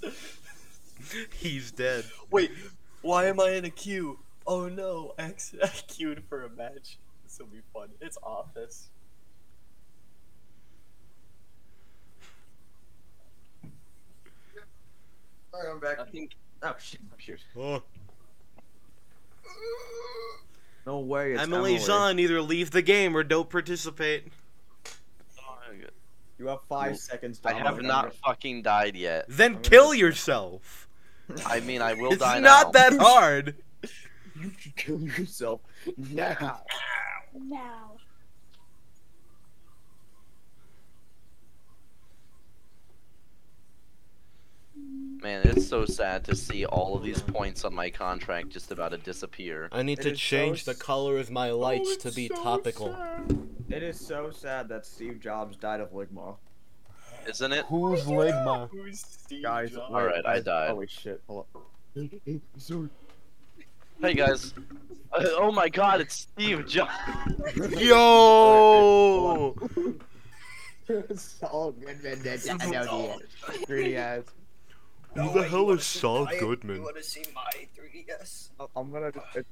He's dead. Wait, why am I in a queue? Oh no, I acc- I queued for a match. This will be fun. It's office. Sorry, I'm back. I think Oh shit, my computer. Oh. No way. It's Emily Jean, either leave the game or don't participate. You have five seconds. To I have unload not it. fucking died yet. Then gonna kill just- yourself. I mean, I will It's die not now. that hard. You should kill yourself now. Now. Man, it's so sad to see all of these points on my contract just about to disappear. I need It to is so change the s- Oh, color of my lights to be topical. It is so sad that Steve Jobs died of Ligma. Isn't it? Who's Ligma? who's Steve Guys, Jobs? alright. I died. Holy shit! Hold up. Sorry. Hey guys. Uh, oh my god, it's Steve Jobs. Yo. Saul Goodman, that I know the greedy ass. Who the hell is Saul Goodman? want to see my 3DS? I'm gonna it's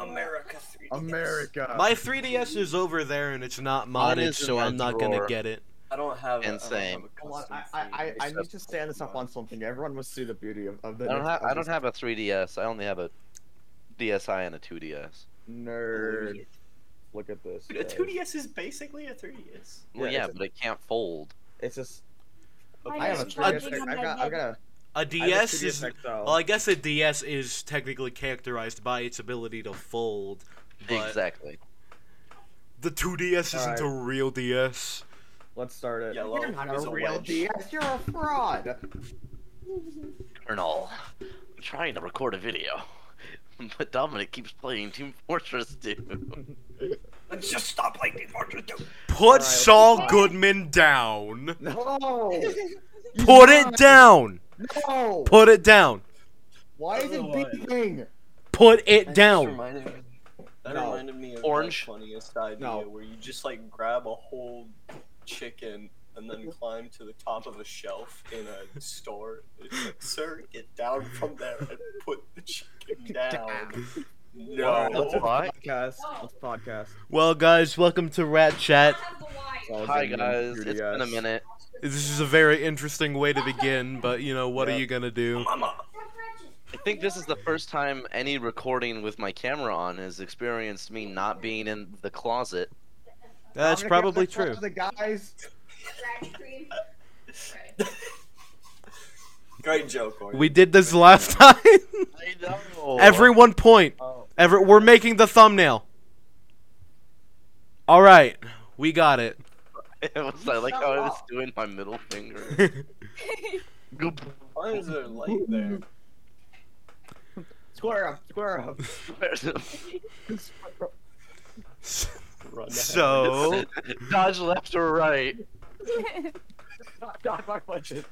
America 3DS. Oh. America. My 3DS is over there and it's not Mine modded, is in so that I'm not gonna drawer. get it. I don't have. a- I don't Insane. have a Hold on, custom I, I, I, I thing. need to stand us up on something. Everyone must see the beauty of, of I the. don't have I of don't this have a 3DS. I only have a DSi and a 2DS. nerd. Look at this. Dude, a guys. 2DS is basically a 3DS. Well, Yeah, yeah, it's- but it can't fold. It's just. I I have a just 3DS. plugged in on I've my got. I've head. got a. A I have a DS 3DS is XL. well, I guess a DS is technically characterized by its ability to fold, but Exactly. the 2DS isn't Alright. a real DS. Let's start it. Yellow You're not is a a real wedge. DS. You're a fraud. Colonel, I'm trying to record a video, but Dominic keeps playing Team Fortress 2. Let's just stop like Team Fortress 2. Put Alright, Saul let's- Goodman down. No. Put it down. No. Put it down. Why is Otherwise- it beeping? Put it That just down. reminded me- That No. reminded me of Orange. the funniest idea No. where you just like grab a whole chicken and then climb to the top of a shelf in a store. It's like, sir, get down from there and put the chicken down. Let's No. Why? podcast. Let's podcast. Well, guys, welcome to Rat Chat. Saul Hi Goodman, guys, beauty it's been a ass. minute. This is a very interesting way to begin, but you know what are Yep. you gonna do? Mama. I think this is the first time any recording with my camera on has experienced me not being in the closet. That's Dominic, probably let's talk true. to The guys. Great joke, Orange. We did this last time. I know. Everyone point. Oh. Ever we're making the thumbnail. All right, we got it. it was, I like how I was doing my middle finger. Goop. Why is there light there? Square up. Square up. Where's the- Run so Dodge left or right. Not, not my budget.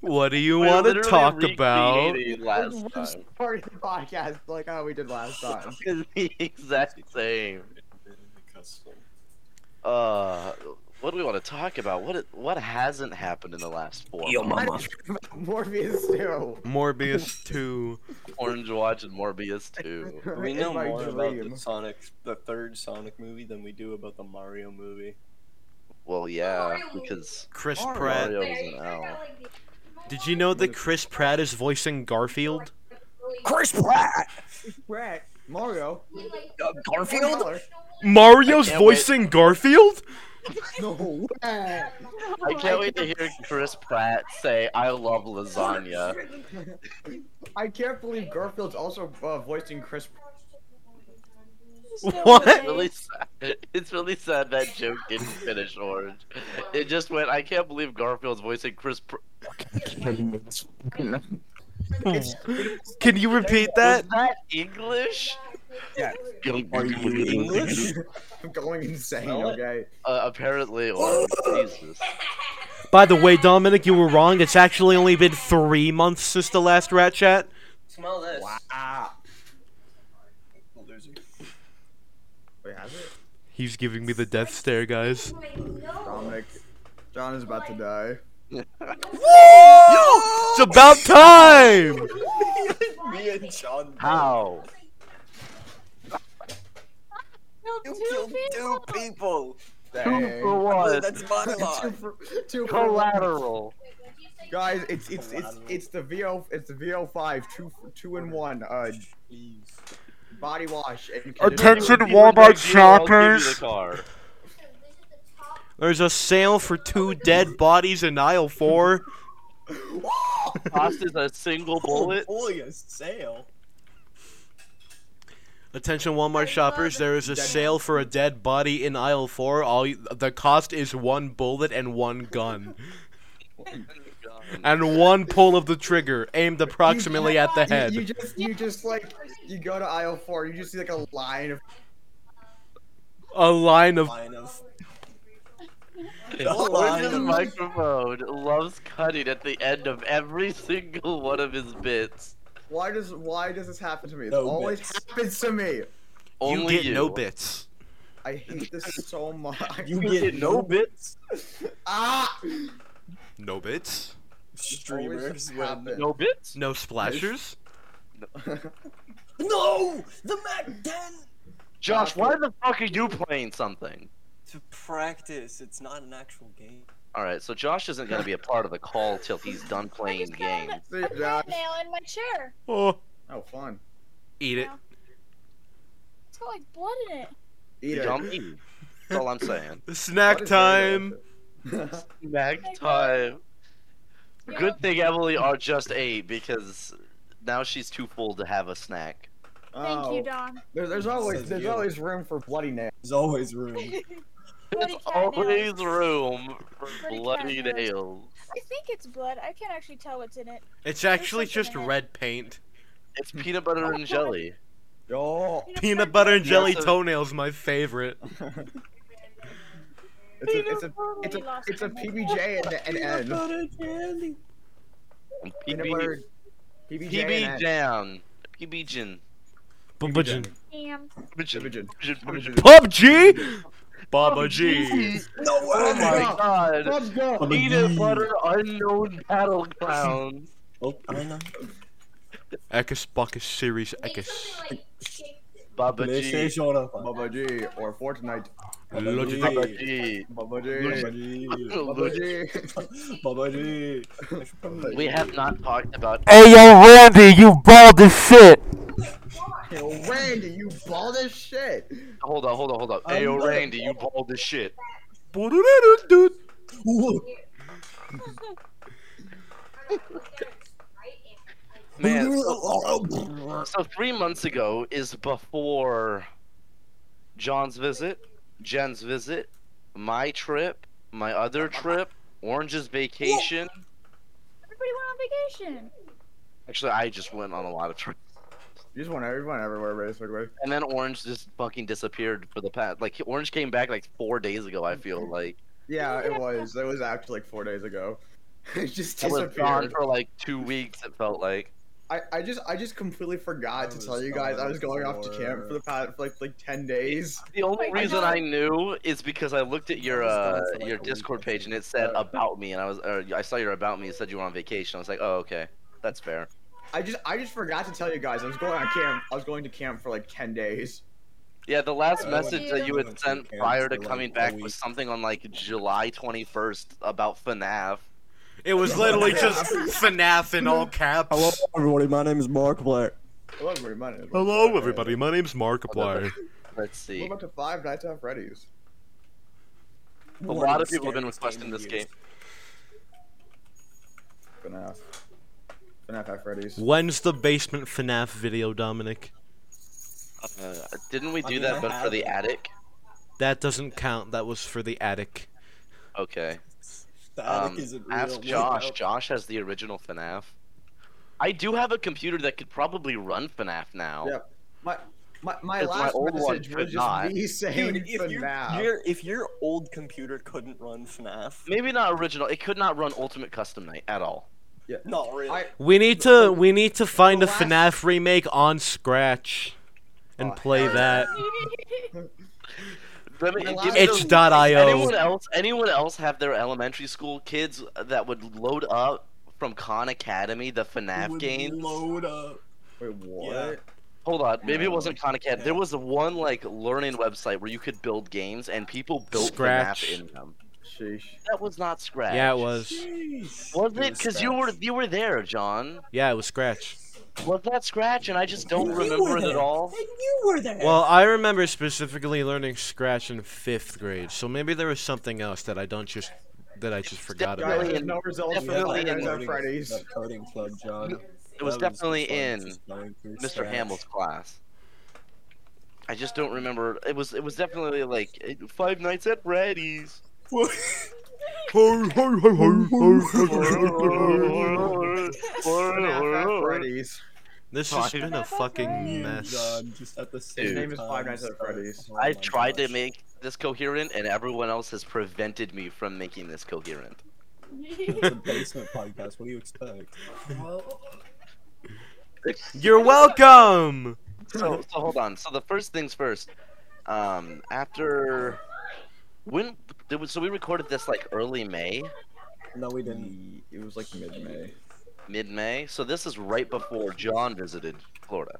what do you We want to literally talk about? recreated We're Last just time. starting the podcast like how we did last time. It's the exact same. Custom. Uh, what do we want to talk about? What what hasn't happened in the last four? Yo, months? mama. Morpheus 2. Morbius 2. Orange Watch and Morbius 2. We know In my more about the dream. Sonic, the third Sonic movie, than we do about the Mario movie. Well, yeah, because Chris Mario. Pratt. Mario is an L. Did you know that Chris Pratt is voicing Garfield? Chris Pratt! Brett, Mario. Uh, Garfield? Taylor. Mario's I can't wait. voicing Garfield? No way. I can't wait to hear Chris Pratt say, "I love lasagna." I can't believe Garfield's also uh, voicing Chris. What? It's really sad. It's really sad that joke didn't finish, Orange. It just went. I can't believe Garfield's voicing Chris. Pr- Can you repeat that? Was that English? Yeah. Are you English? I'm going insane. Spell it. Okay. Uh, apparently, Orange. Jesus. By the way, Dominic, you were wrong. It's actually only been three months since the last Rat Chat. Smell this. Wow. Loser. Wait, has it? He's giving me the death stare, guys. Dominic. John is about to die. It's about time! Me and John. How? You killed two people. Two for one. That's two monologue. for, two for one. Collateral. Guys, it's it's it's it's the VO it's the VO5 two for- two and one uh Please. body wash and Attention, If you were Walmart next, you, I'll give you the shoppers. car. There's a sale for two dead bodies in aisle four. Cost is a single bullet. Holy a sale. Attention, Walmart shoppers. There is a sale for a dead body in aisle four. All you- the cost is one bullet and one gun, and one pull of the trigger aimed approximately at the You- You, head. just you just like you go to aisle four, you just see like a line of A line of Line of. Lord the Line. microphone loves cutting at the end of every single one of his bits. why does why does this happen to me? It No always bits. happens to me. you Only get no bits. I hate this so much. You get no bits. ah No bits. Streamers Always with happen. No bits? No splashers. No! The Mac 10! Josh, why the fuck are you playing something? To practice, it's not an actual game. Alright, so Josh isn't gonna be a part of the call till he's done playing the game. See, a Josh. nail in my chair. Oh, Oh fun. eat it. It's got like blood in it. Eat it. Yummy. That's all I'm saying. Snack time. Snack time. Good thing Emily are just eight because now she's too full to have a snack. Thank oh. you, Don. There, there's always Says there's you. always room for bloody nails. There's always room. Bloody There's cat always nails. room for Bloody bloody cat nails. nails. I think it's blood. I can't actually tell what's in it. It's actually just something in it. red paint. It's peanut butter and jelly. Oh, Peanut butter and jelly Yes, uh, toenails, my favorite. it's a it's a it's a it's a PBJ and an N. Peanut PB, butter. PBJ PB and N. jam. PB gin. Bubba Damn. Pigeon. PUBG. Baba G. No way! Oh my God. god. Let's go. Peanut butter unknown battleground. Oh, I know. Ekus Buckus Series Ekus. Baba Let's G. show up. Bubba G or Fortnite. Look at Baba that. G. Bubba G. Bubba G. Baba G. We have not talked about Hey yo, Randy, you bald as shit. Yo, Randy, you bald as shit. Hold on, hold on, hold on. I'm Ayo, not- Randy, you bald as shit. Man, so, so three months ago is before John's visit, Jen's visit, my trip, my other trip, Orange's vacation. Everybody went on vacation. Actually, I just went on a lot of trips. You just want everyone everywhere, basically. And then Orange just fucking disappeared for the past. Like, Orange came back like four days ago, I feel like. Yeah, it was. It was actually like four days ago. It just I was gone disappeared. for like two weeks, it felt like. I, I just I just completely forgot to was tell you guys I gone was going off to for- camp for the past like like ten days. The only Oh my reason God. I knew is because I looked at your I was uh, gone for, like, your a week, Discord I page think. and it said Yeah. about me, and I was or I saw your about me. It said you were on vacation. I was like, oh okay, that's fair. I just I just forgot to tell you guys I was going on camp. I was going to camp for like ten days. Yeah, the last I message went that to- you I had went to sent camp prior for, to like, coming a back week. was something on like July 21st about FNAF. It was literally just FNAF in all caps. Hello, everybody. My name is Mark Blair. Hello, everybody. Hello, everybody. My name's Markiplier. Let's What see. about the Five Nights at Freddy's? A lot of people have been requesting this game. FNAF. FNAF at Freddy's. When's the basement FNAF video, Dominic? Uh, didn't we I do mean, I that but for have the it. attic? That doesn't count. That was for the attic. Okay. Static Um, isn't real. ask Look Josh. out. Josh has the original FNAF. I do have a computer that could probably run FNAF now. Yeah. My my, my It's my last old one message was could just not. me saying Dude, if your, FNAF. your if your old computer couldn't run FNAF, Maybe not original. It could not run Ultimate Custom Night at all. not really. I- We need to we need to find a last- FNAF remake on Scratch and Oh, play that. Let me- Well, give me It's those- dot Anyone io. else? Anyone else have their elementary school kids that would load up from Khan Academy, the FNAF Would games? Load up. Wait, what? Yeah. Hold on, maybe it wasn't Khan Academy. Yeah. There was the one like learning website where you could build games, and people built Scratch. FNAF in them. Sheesh. That was not Scratch. Yeah, it was. Jeez. Was It it? was Because you were Scratch. you were there, John. Yeah, it was Scratch. Was that Scratch? And I just don't You were remember it at there. all. you were there. Well, I remember specifically learning Scratch in fifth grade, so maybe there was something else that I don't just that I just forgot Guys, about. Definitely there's no results for Yeah, Definitely that in- Fridays coding- on that coding Fridays. club, John. It was That definitely just like in just going through Mr. stats. Hamill's class. I just don't remember. It was it was definitely like it- Five Nights at Freddy's. FNAF Fridays. This has been a fucking Dude, mess. John, just at the same His name is time Five Nights at as- Freddy's. Oh I my tried to gosh. make this coherent, and everyone else has prevented me from making this coherent. It's a basement podcast. What do you expect? You're welcome. So, so hold on. So the first things first. Um, after when did we, so we recorded this like early May, No, we didn't. Ye- It was like mid-May. mid May. So this is right before John visited Florida.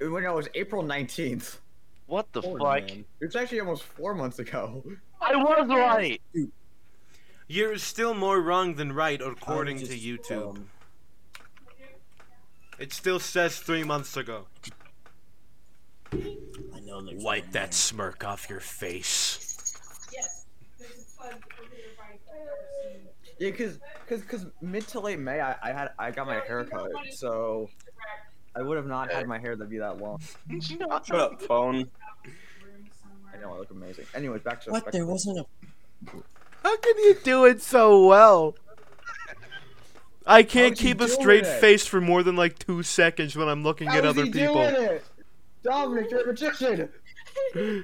It- When I was April 19th. What the Florida, fuck? man. It was actually almost four months ago. I was right. You're still more wrong than right, according I to just, YouTube. um, It still says three months ago. I know there's Wipe that smirk off your face. Yeah, cause, cause, 'cause mid to late May, I, I had, I got my hair cut, so I would have not had my hair to be that long. Shut up, phone. I know I look amazing. Anyways, back to What? back There to- wasn't a. How can you do it so well? I can't How'd you keep a do straight it? face for more than like two seconds when I'm looking How at is other he people. doing it? Dominic, you're a magician. hey,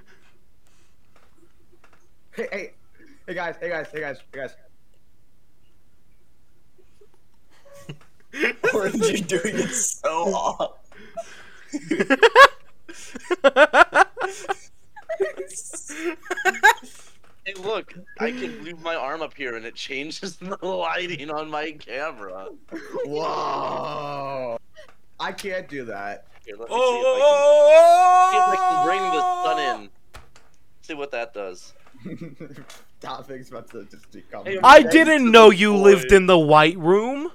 hey, hey guys, hey guys, hey guys, hey guys. Orange, you're doing it so off. Hey, look, I can move my arm up here and it changes the lighting on my camera. Whoa. I can't do that. Here, let me see, if I can, see if I can bring the oh, sun in. See what that does. Topic's about to just decome. Hey, I didn't know you lived in the white room.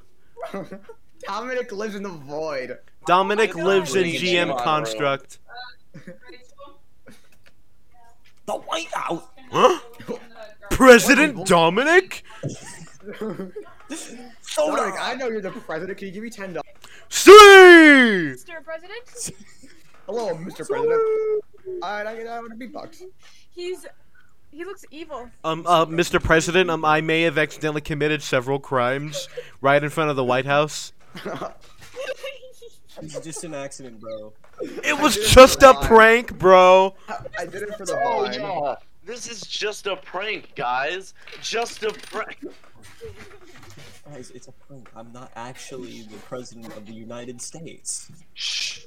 Dominic lives in the void. Dominic Oh my lives in God. GM construct. The White House. Huh? President Dominic? Dominic, I know you're the president. Can you give me ten dollars? See! Mr. President, Hello, Mr. President. Alright, I get out of beatbox. he's he looks evil. Um, uh, Mr. President, um, I may have accidentally committed several crimes right in front of the White House. It's just an accident, bro. It was just a prank, bro. I did it for the vine. This is just a prank, guys. Just a prank. Guys, it's a prank. I'm not actually the president of the United States. Shh.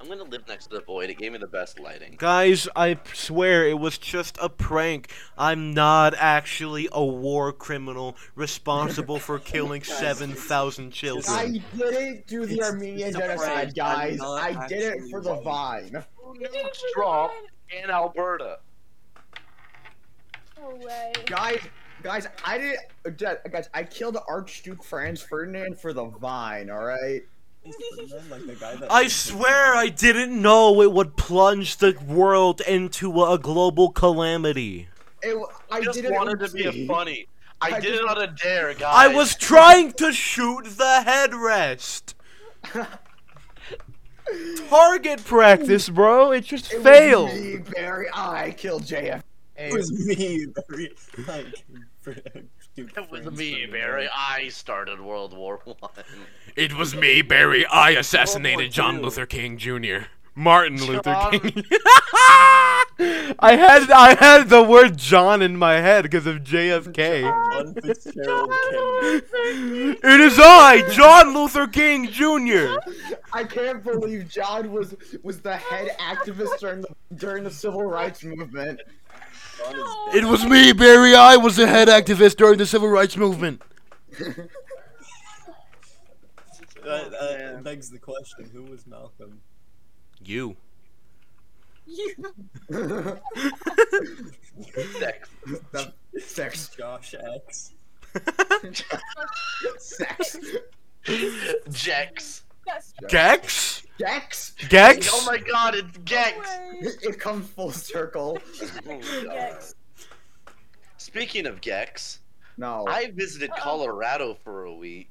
I'm gonna live next to the void. It gave me the best lighting. Guys, I p- swear it was just a prank. I'm not actually a war criminal responsible for killing 7,000 children. I didn't do the It's- Armenian it's a genocide, prank. guys. I'm not I did it actually for the right. vine. Drop in Alberta. No way. Guys, guys, I didn't. Guys, I killed Archduke Franz Ferdinand for the vine. All right. Is Ferdinand, like, the guy that- I swear I didn't know it would plunge the world into a global calamity. It, I I just did it wanted to be a oopsie. funny. I, I did just- it on a dare, guys. I was trying to shoot the headrest. Target practice, bro. It just It was failed. me, Barry, I killed JF. It was me, Barry. Like, Ferdinand, dude, It was Franz me, Ferdinand. Barry. I started World War One. It was me, Barry. I assassinated John Luther King Jr. Martin Luther King. I had I had the word John in my head because of JFK. John Fitzgerald Kennedy. It is I, John Luther King Jr. I can't believe John was was the head activist during the during the civil rights movement. son is No. dead. It was me, Barry. I was a head activist during the civil rights movement. That, Yeah. that begs the question: Who was Malcolm? You. You- Sex. That- sex, Josh X. sex, Jax. That's no Gex? Gex. Gex? Oh my god, it's Gex. way. It comes full circle. Oh, God. Gex. Speaking of Gex, Oh. No. I visited Uh-oh. Colorado for a week.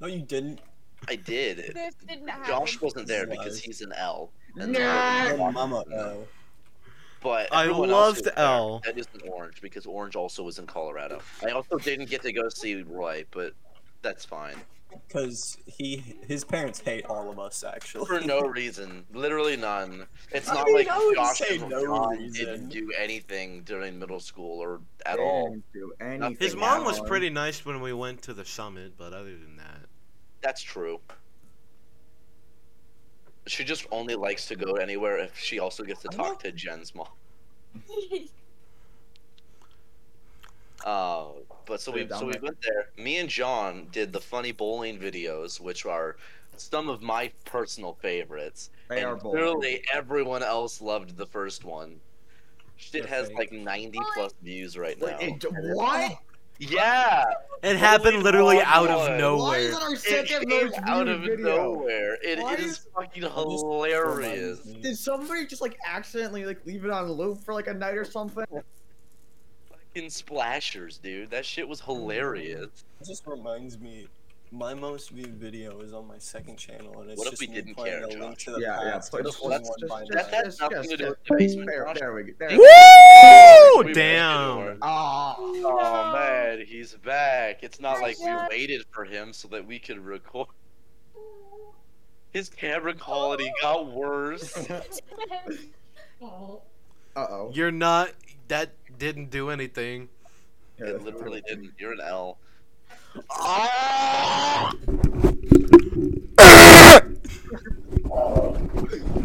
No, you didn't. I did. This didn't happen. Josh wasn't there Nice. because he's an L. Nah. Your mama. No. But I everyone else loved was there. L. That isn't Orange because Orange also was in Colorado. I also didn't get to go see Roy, but that's fine. Because he, his parents hate all of us. Actually, For no reason. Literally none. It's I not mean, like I would Josh say and no Ron reason. didn't do anything during middle school or at didn't all. do anything His at mom was all. pretty nice when we went to the summit, but other than that. That's true. She just only likes to go anywhere if she also gets to talk to Jen's mom. Uh, but so Put it we down so we there. went there. Me and John did the funny bowling videos, which are some of my personal favorites. They and are bold. clearly everyone else loved the first one. Shit They're has fake. like ninety plus views right now. Wait, it- what? yeah, It happened literally out Why? of Why nowhere. is it our it second came most out viewed of video? nowhere. It Why is is- fucking I'm just- hilarious. reminds me. Did somebody just like accidentally like leave it on loop for like a night or something? Fucking splashers, dude. That shit was hilarious. It just reminds me. My most viewed video is on my second channel, and it's What if just we me didn't playing care, a link Josh? to the Yeah, yeah, past play- and let's- pulling let's one just- by That nine. had Yes, nothing yes, to do yes. with the basement. There, Josh. there we go. There we go. Woo! We were- Damn. Ah, Oh man, he's back. It's not Hi, like we Jack. waited for him so that we could record. His camera quality got worse. uh oh. You're not. That didn't do anything. It literally didn't. You're an L. Ah!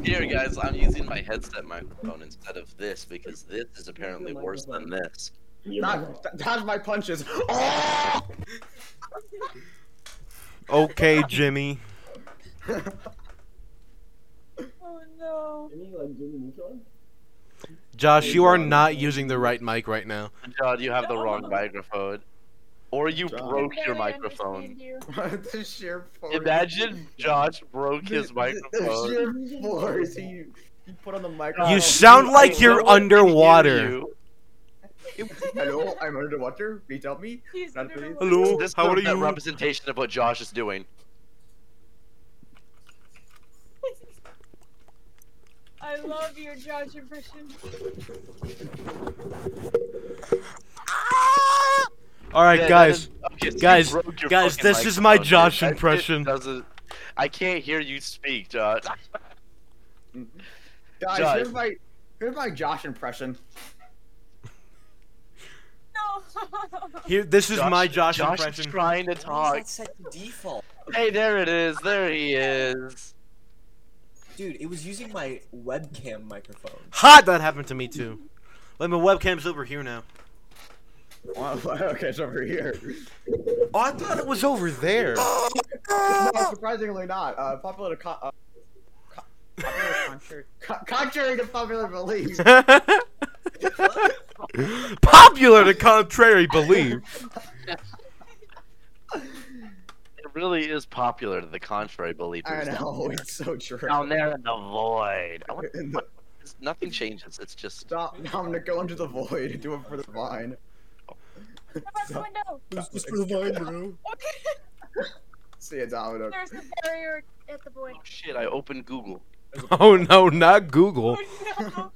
Here, guys, I'm using my headset microphone instead of this because this is apparently worse than this. Not, dodge my punches. Ah! Okay, Jimmy. Oh no. Josh, you are not using the right mic right now. John, you have the wrong microphone. Or you John. broke your Barely microphone. understand you. the sheer force. Imagine Josh broke his The- The microphone. sheer force he, he put on the microphone. You sound I like you're know I can hear underwater. you. Hello, I'm underwater. Please help me. He's Not really. underwater. Hello, This how are is a you? representation of what Josh is doing. I love your Josh impression. All right, Yeah, that guys. is- okay, so you guys, broke your guys, fucking this is my microphone, dude. Josh That shit impression. doesn't- I can't hear you speak, Josh. Mm-hmm. Guys, Josh. here's my here's my Josh impression. No. Here, this is my Josh, Josh Is imprestion. trying to Why talk. is that set to default? Hey, there it is. There he is. Dude, it was using my webcam microphone. Hot, that happened to me too. Wait, my webcam's over here now. Wow, okay, it's over here. Oh, I thought it was over there. No, surprisingly not. Uh, popular, co- uh, co- popular contrary, co- contrary to popular belief. Popular to contrary belief. It really is popular to the contrary, believe I it or know not. it's so true. Down there in the void. I wonder- In the- Nothing changes. It's just Stop! Now I'm gonna go into the void and do it for the vine. How about the window? Okay. See ya, Domino. There's a barrier at the void. oh, shit. I opened Google. Oh no, not Google. Oh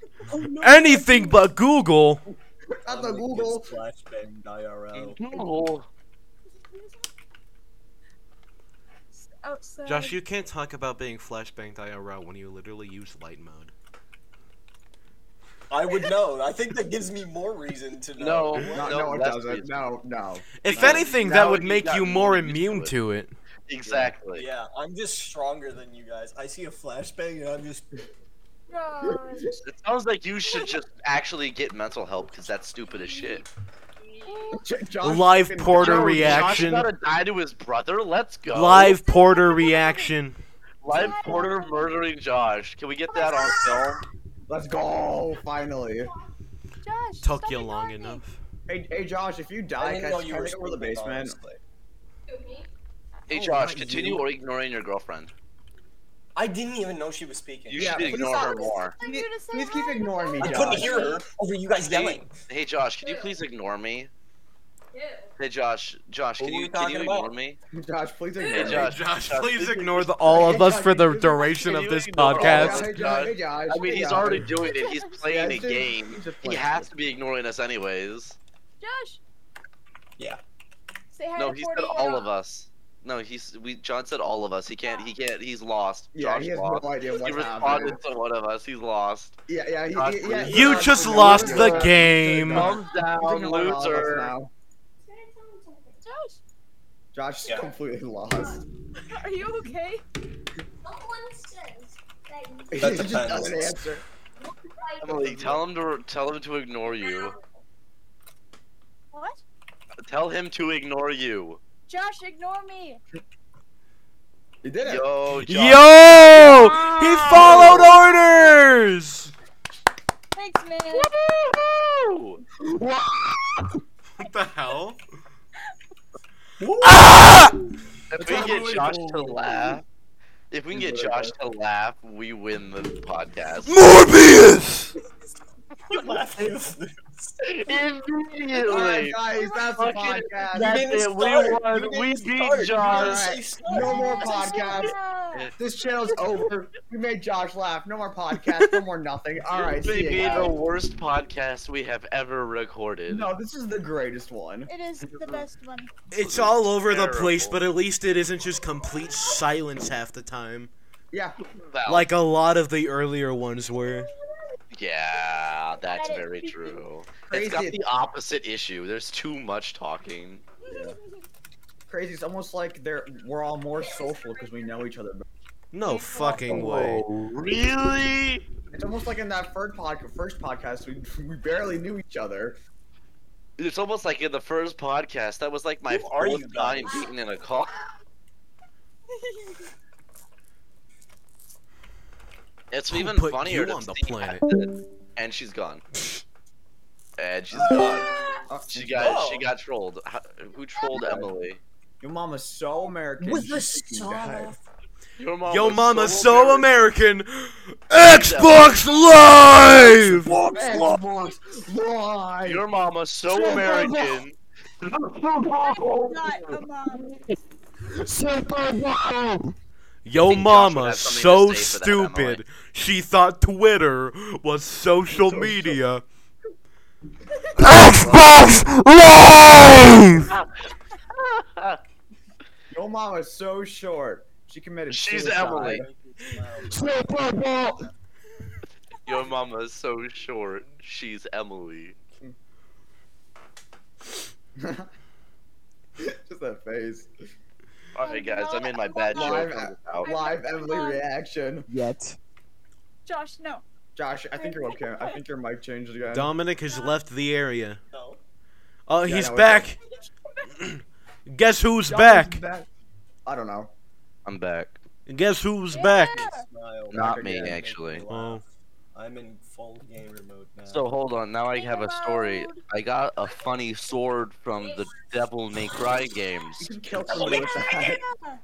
Anything but Google. At the Google. Flashbang Oh. IRL. Google. no. oh, Outside. Josh, you can't talk about being flashbanged IRL when you literally use light mode. I would know. I think that gives me more reason to know. No, No, no, it that's doesn't. it. No, no. If Now- anything, now that would you make got you more used to immune it. to it. Exactly. Yeah, I'm just stronger than you guys. I see a flashbang and I'm just God. It sounds like you should just actually get mental help because that's stupid as shit. J- Josh Live fucking- Porter Yo, reaction. Josh gotta die to his brother. Let's go. Live Porter reaction. Live Porter murdering Josh. Can we get that on film? Let's go, finally. Josh, Took stop you long ignoring me. enough. Hey, hey Josh, if you I die, didn't can know I you can I were take over the sleeping, basement? honestly. Oh, Hey Josh, continue or ignoring your girlfriend. I didn't even know she was speaking. You Yeah, should please ignore stop. her more. I'm Please- here to say please keep hi. ignoring me, I I couldn't couldn't Josh. hear her over you guys yelling. Hey Josh, can you please ignore me? Hey Josh, Josh, What can were you we can you talking about? ignore me? Josh, please ignore Hey, me. Josh, Josh, Josh, please please ignore the, all of us for the Josh, duration of you this ignore all of us? podcast. Hey, Josh, hey, Josh, I mean, hey, he's Josh. already doing it. He's Yeah, playing a he's just- game. he's just He playing. has to be ignoring us anyways. Josh. Yeah. Say hi No, to he said Porter or all not. of us. No, he's we. John said all of us. He can't. He can't. He's lost. Yeah, Josh he has lost. no idea he what's happening. responded to one of us. He's lost. Yeah, yeah, he, Josh, he- yeah, please. he- You Josh, just he's lost ignoring the us. game. Josh, Thumbs he's down, ignoring all of us loser. now. Josh, Josh is Yeah. completely lost. are you okay? He That just depends. doesn't answer. Emily, tell him to tell him to ignore you. What? Tell him to ignore you. Josh, ignore me. He did it. Yo, Josh. Yo! He followed orders! Thanks, man. Woo! What the hell? If we can get Josh to laugh, if we can get Josh to laugh, we win the podcast. Morbius! You laughed. You Immediately. Alright, guys, that's the Fucking- podcast. That's didn't it. We start. You won. didn't We start. You beat didn't Josh. say start. No more podcast. Yeah. This channel's over. We made Josh laugh. No more podcast. No more nothing. All right. This See may you be guys. the worst podcast we have ever recorded. No, this is the greatest one. It is the best one. It's all over the Terrible. place, but at least it isn't just complete silence half the time. Yeah. Well, Like a lot of the earlier ones were. yeah, that's That is very creepy. true. Crazy. It's got the opposite issue. There's too much talking. Crazy. It's almost like they're we're all more social because we know each other. No fucking way. Really? It's almost like in that first podcast, first podcast, we we barely knew each other. It's almost like in the first podcast, that was like my Who are you fourth time guys? beaten in a car. It's Who even put funnier you to on the see planet? that- And she's gone. and she's gone. Uh, She got Oh. she got trolled. How- Who trolled Emily? your mama's so American. With the she's thinking that. soft Your mom Yo, was mama's so American. Xbox Xbox Live. box Xbox Live. Your mama's so American. Oh. Not a mom. Yo, think Josh would mama, have something so to say for that, stupid. She thought Twitter was social Social. media. Xbox Live. Your mama's so short. She committed. She's suicide. Emily. Your mama's so short. She's Emily. Just that face. Alright, guys, I'm in my bad Live, joke. a- live Emily reaction. Yet. Josh, no. Josh, I think you're okay. I think your mic changed again. Dominic has left the area. No. Oh, Yeah, he's no, it's- back. Guess who's Josh is back? I don't know. I'm back. Guess who's back? Yeah. Smile. Not me, Make actually. laugh. I'm in full gamer mode now. So hold on, now I have a story. I got a funny sword from the Devil May Cry You games. can kill somebody with that.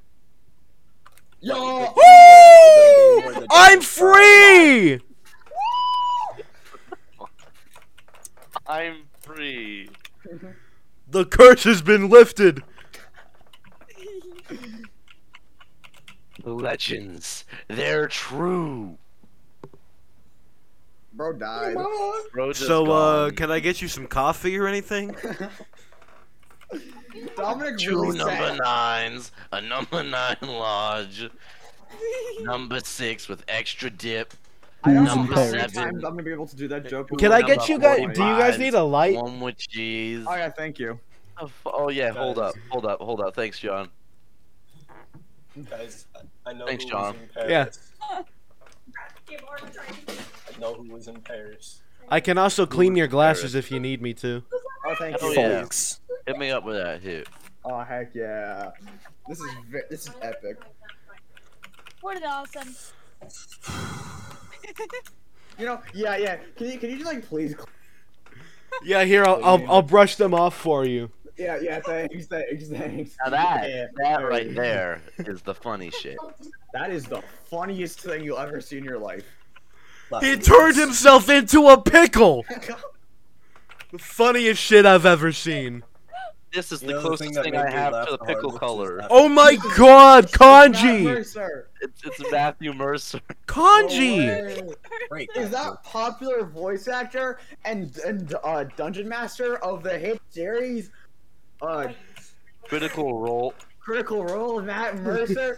Yeah. Yo! Woo! I'm free. I'm free. The curse has been lifted. Legends, they're true. Bro died. Bro just So, uh, gone. can I get you some coffee or anything? Dominic two really number sad. nines, a number nine large, number six with extra dip, I don't know number how many seven. times I'm gonna be able to do that joke. Can I get Number you guys- one. do you guys need a light? one with cheese. Oh yeah, thank you. Oh, f- Oh yeah, hold up, hold up, hold up. Thanks, John. Guys, I- I know Thanks, who John. was in Yeah. Paris. I know who was in Paris. I can also clean your glasses if you need me to. Oh, thank Hell you. yeah. Hit me up with that hit. Oh, heck yeah. This is ve- this is epic. What an awesome. You know, yeah, yeah. Can you can you just like please? Yeah, here I'll I'll, I'll brush them off for you. Yeah, yeah. Thanks, thanks, thanks. Now that Yeah. that right there is the funny shit. That is the funniest thing you'll ever see in your life. He turned himself into a pickle. The funniest shit I've ever seen. This is You the know the closest thing that thing made I me have laugh to the the pickle hardest is color. that- Oh my god, Kanji! Mercer. It's, it's Matthew Mercer. Kanji! Great. Is that popular voice actor and and uh, dungeon master of the hit series, uh, Critical role. Critical Role, Matt Mercer?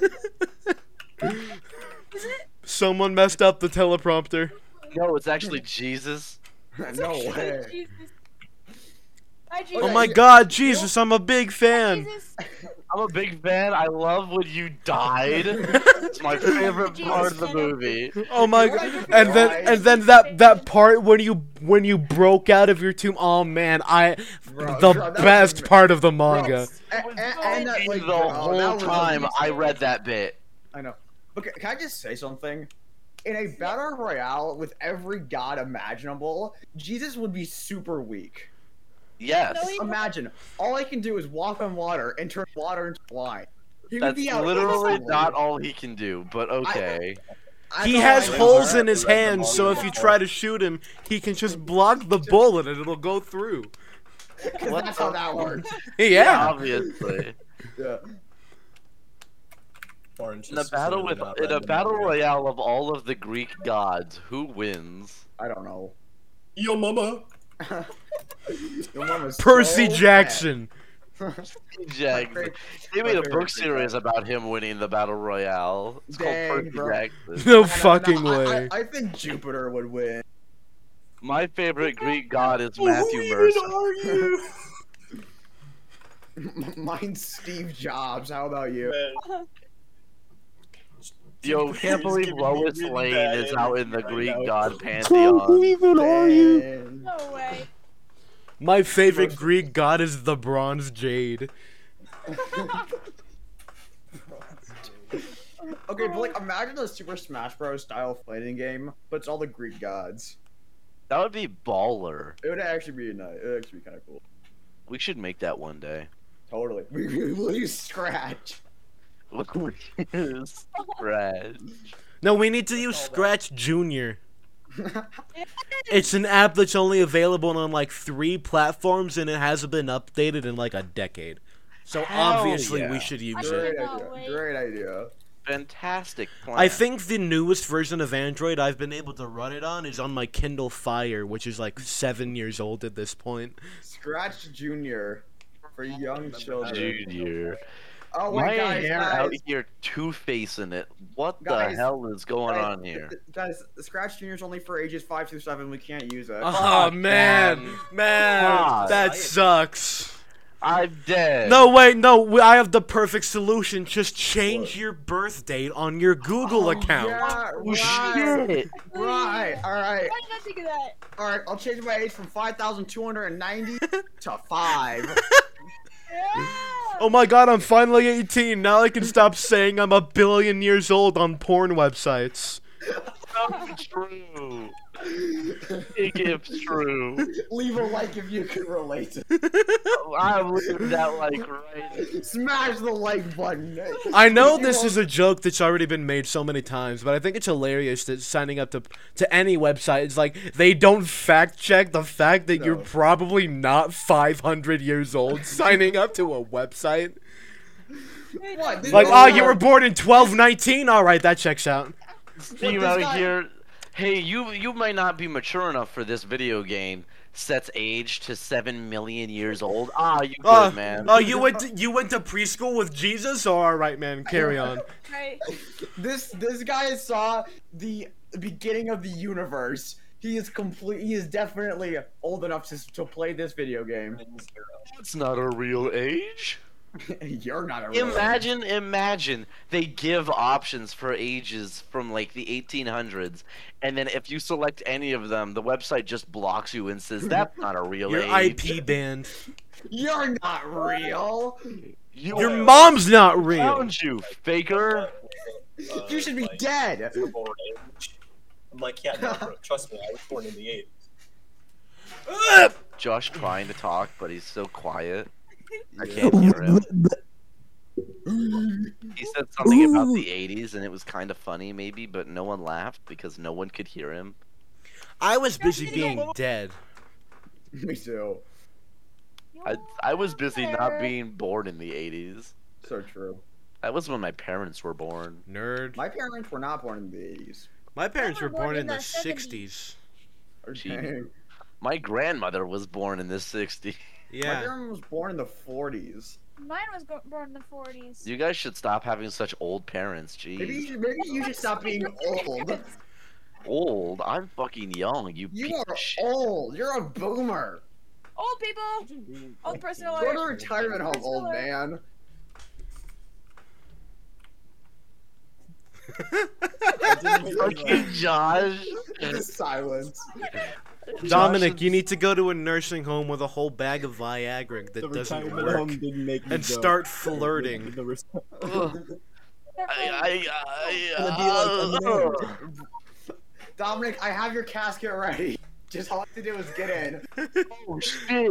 Someone messed up the teleprompter. No, it's actually Jesus. no way. Jesus. Hi, Jesus. Oh my Oh god, Jesus, I'm a big fan. Jesus. I'm a big fan. I love when you died. It's my favorite part of the movie. Oh my god. Why? And then and then that that part when you when you broke out of your tomb. Oh man, I Bro, bro, the that was best ama- part of the manga. And, and, and that, like, the bro, that whole was time I read that bit. I know. But ca- can I just say something? In a battle royale with every god imaginable, Jesus would be super weak. No, Yes. he- Imagine, all I can do is walk on water and turn water into wine. He would That's be out literally instantly. not all he can do, but okay. I He don't has know. holes in his hands, so if Yeah. you try to shoot him, he can just block the bullet and it'll go through. 'Cause What that's the- how that works. Yeah. Obviously. Yeah. Orange In a is battle clearly with not in a random battle here. royale of all of the Greek gods, who wins? I don't know. Yo, mama. Your mom is Percy so Jackson. bad. Jackson. They My made a favorite book Greek series about him winning the battle royale. It's Dang, called Percy bro. No I Jackson. don't fucking know. I- way. I, I think Jupiter would win. My favorite Greek god is Matthew Mercer. are you? Mine's Steve Jobs. How about you? Yo, can't believe Giving me Lois really Lane bad is out in the energy Greek right now. god pantheon. even Man. No way. My favorite Greek god is the Bronze Jade. Okay, but like imagine a Super Smash Bros. style fighting game, but it's all the Greek gods. That would be baller. It would actually be nice. It would actually be kind of cool. We should make that one day. Totally. Will you scratch? Scratch. No, we need to use Scratch Junior. Yes. It's an app that's only available on like three platforms and it hasn't been updated in like a decade. So Hell obviously yeah. we should use it. Great cannot idea. wait. Great idea. Fantastic plan. I think the newest version of Android I've been able to run it on is on my Kindle Fire, which is like seven years old at this point. Scratch Junior for young children. Junior. Oh wait, Oh, My guys, hair guys, out here two facing it. What Guys, the hell is going guys, on here? Guys, Scratch Junior's only for ages five through seven. We can't use it. Oh man, man. man, God. that sucks. I'm dead. No, wait, no. we- I have the perfect solution. Just change your birth date on your Google account. Yeah, Oh, right. shit. Right. All right. Why did I think of that? All right. I'll change my age from five thousand two hundred and ninety to five. Yeah. Oh my god, I'm finally 18. Now I can stop saying I'm a billion years old on porn websites. Not true. It's true. Leave a like if you can relate. to I'm looking at that like right. it. Smash the like button. I know this is a joke that's already been made so many times, but I think it's hilarious that signing up to to any website is like they don't fact check the fact that you're No. probably not 500 years old signing up to a website. What, dude? Like, No, oh, no. you were born in 1219. All right, that checks out. Steam this out guy- here. Hey, you you might not be mature enough for this video game. Sets age to seven million years old. Ah, you good Uh, man. Oh, you went to, you went to preschool with Jesus? Oh, all right, man. Carry on. Right. This this guy saw the beginning of the universe. He is complete. He is definitely old enough to to play this video game. That's not a real age. You're not a real Imagine, imagine they give options for ages from like the 1800s, and then if you select any of them, the website just blocks you and says that's not a real Your age. IP banned. You're not real. You Your mom's not real. found you, faker. Uh, you should be like, dead. you're born age. I'm like, yeah, no, bro, trust me, I was born in the 8th. Josh trying to talk, but he's so quiet. I can't hear him. He said something about the 80s, and it was kind of funny, maybe, but no one laughed because no one could hear him. I was busy being dead. Me too. I, I was busy not being born in the 80s. So true. That was when my parents were born. Nerd. My parents were not born in the 80s. My parents were were born born in the in the 70s. 60s. Or Gee. dang. My grandmother was born in the 60s. My Yeah. parents was born in the 40s. Mine was go- born in the 40s. You guys should stop having such old parents. Maybe you Jeez. should, maybe you should stop being old. Old. I'm fucking young. You, You piece are of shit. old. You're a boomer. Old people! Old person Go to alert! retirement home, old man. Fucking Josh. Just silence. Dominic, Josh you need to go to a nursing home with a whole bag of Viagra that doesn't retirement work home didn't make me and go. start The- flirting. the res- They're I, old. I, I, Gonna be like, uh, Dominic, I have your casket ready. Just all I have to do is get in. oh, shit. She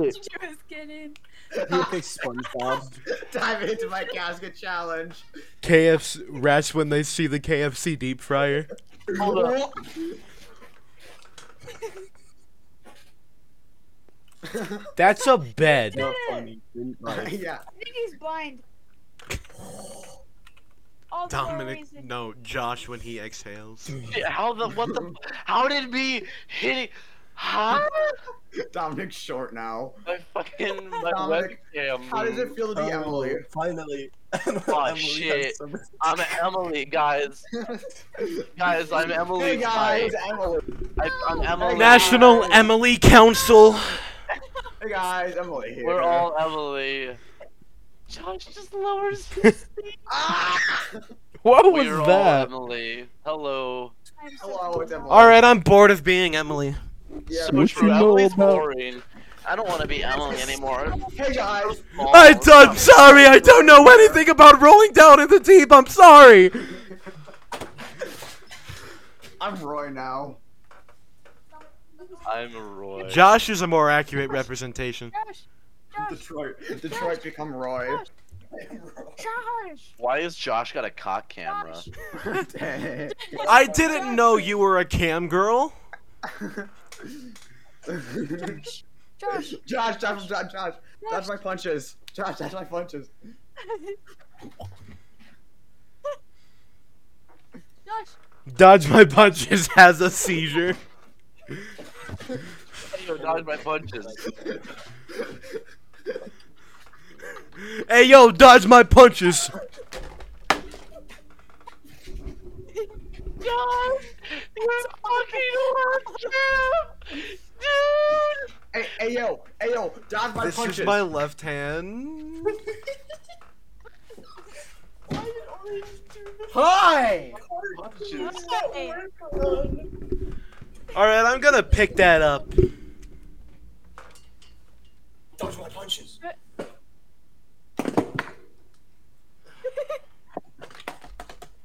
was kidding. you think SpongeBob? Dive into my casket challenge. KFC rats when they see the KFC deep fryer. That's a bed. Not funny. Didn't like. yeah. I think he's blind. All the more Dominic, reason. no, Josh when he exhales. Shit, How the, what the, how did me hitting, huh? Dominic's short now. My fucking, my Dominic, webcam. How does it feel to be Emily? Oh, finally. Oh, Emily has shit. some- I'm Emily, guys. Guys, I'm Emily. hey guys, Hi. Emily. I, I'm Emily. National Emily Council. Hey guys, Emily here. We're all Emily. Josh just lowers his Ah! What was We're that? all Emily. Hello. I'm so Hello, it's Emily. All right, I'm bored of being Emily. Yeah. So true. you know Emily's about- boring. I don't want to be Emily anymore. Hey guys. I d- I'm sorry. I don't know anything about rolling down in the deep. I'm sorry. I'm Roy now. I'm Roy. Josh is a more accurate representation. Josh! Josh! Detroit. Detroit become Roy. Josh! Why has Josh got a cock camera? Josh! I didn't know you were a cam girl. Josh! Josh! Josh, Josh, Josh, Josh. Dodge my punches. Josh, dodge my punches. Josh! Dodge my punches has a seizure. Yo, dodge my punches. Hey yo, dodge my punches. Josh, you're fucking awesome, dude. Hey, hey yo, hey yo, dodge my This punches. is my left hand. Hi. Punches. Hey. All right, I'm gonna pick that up. Those are my punches.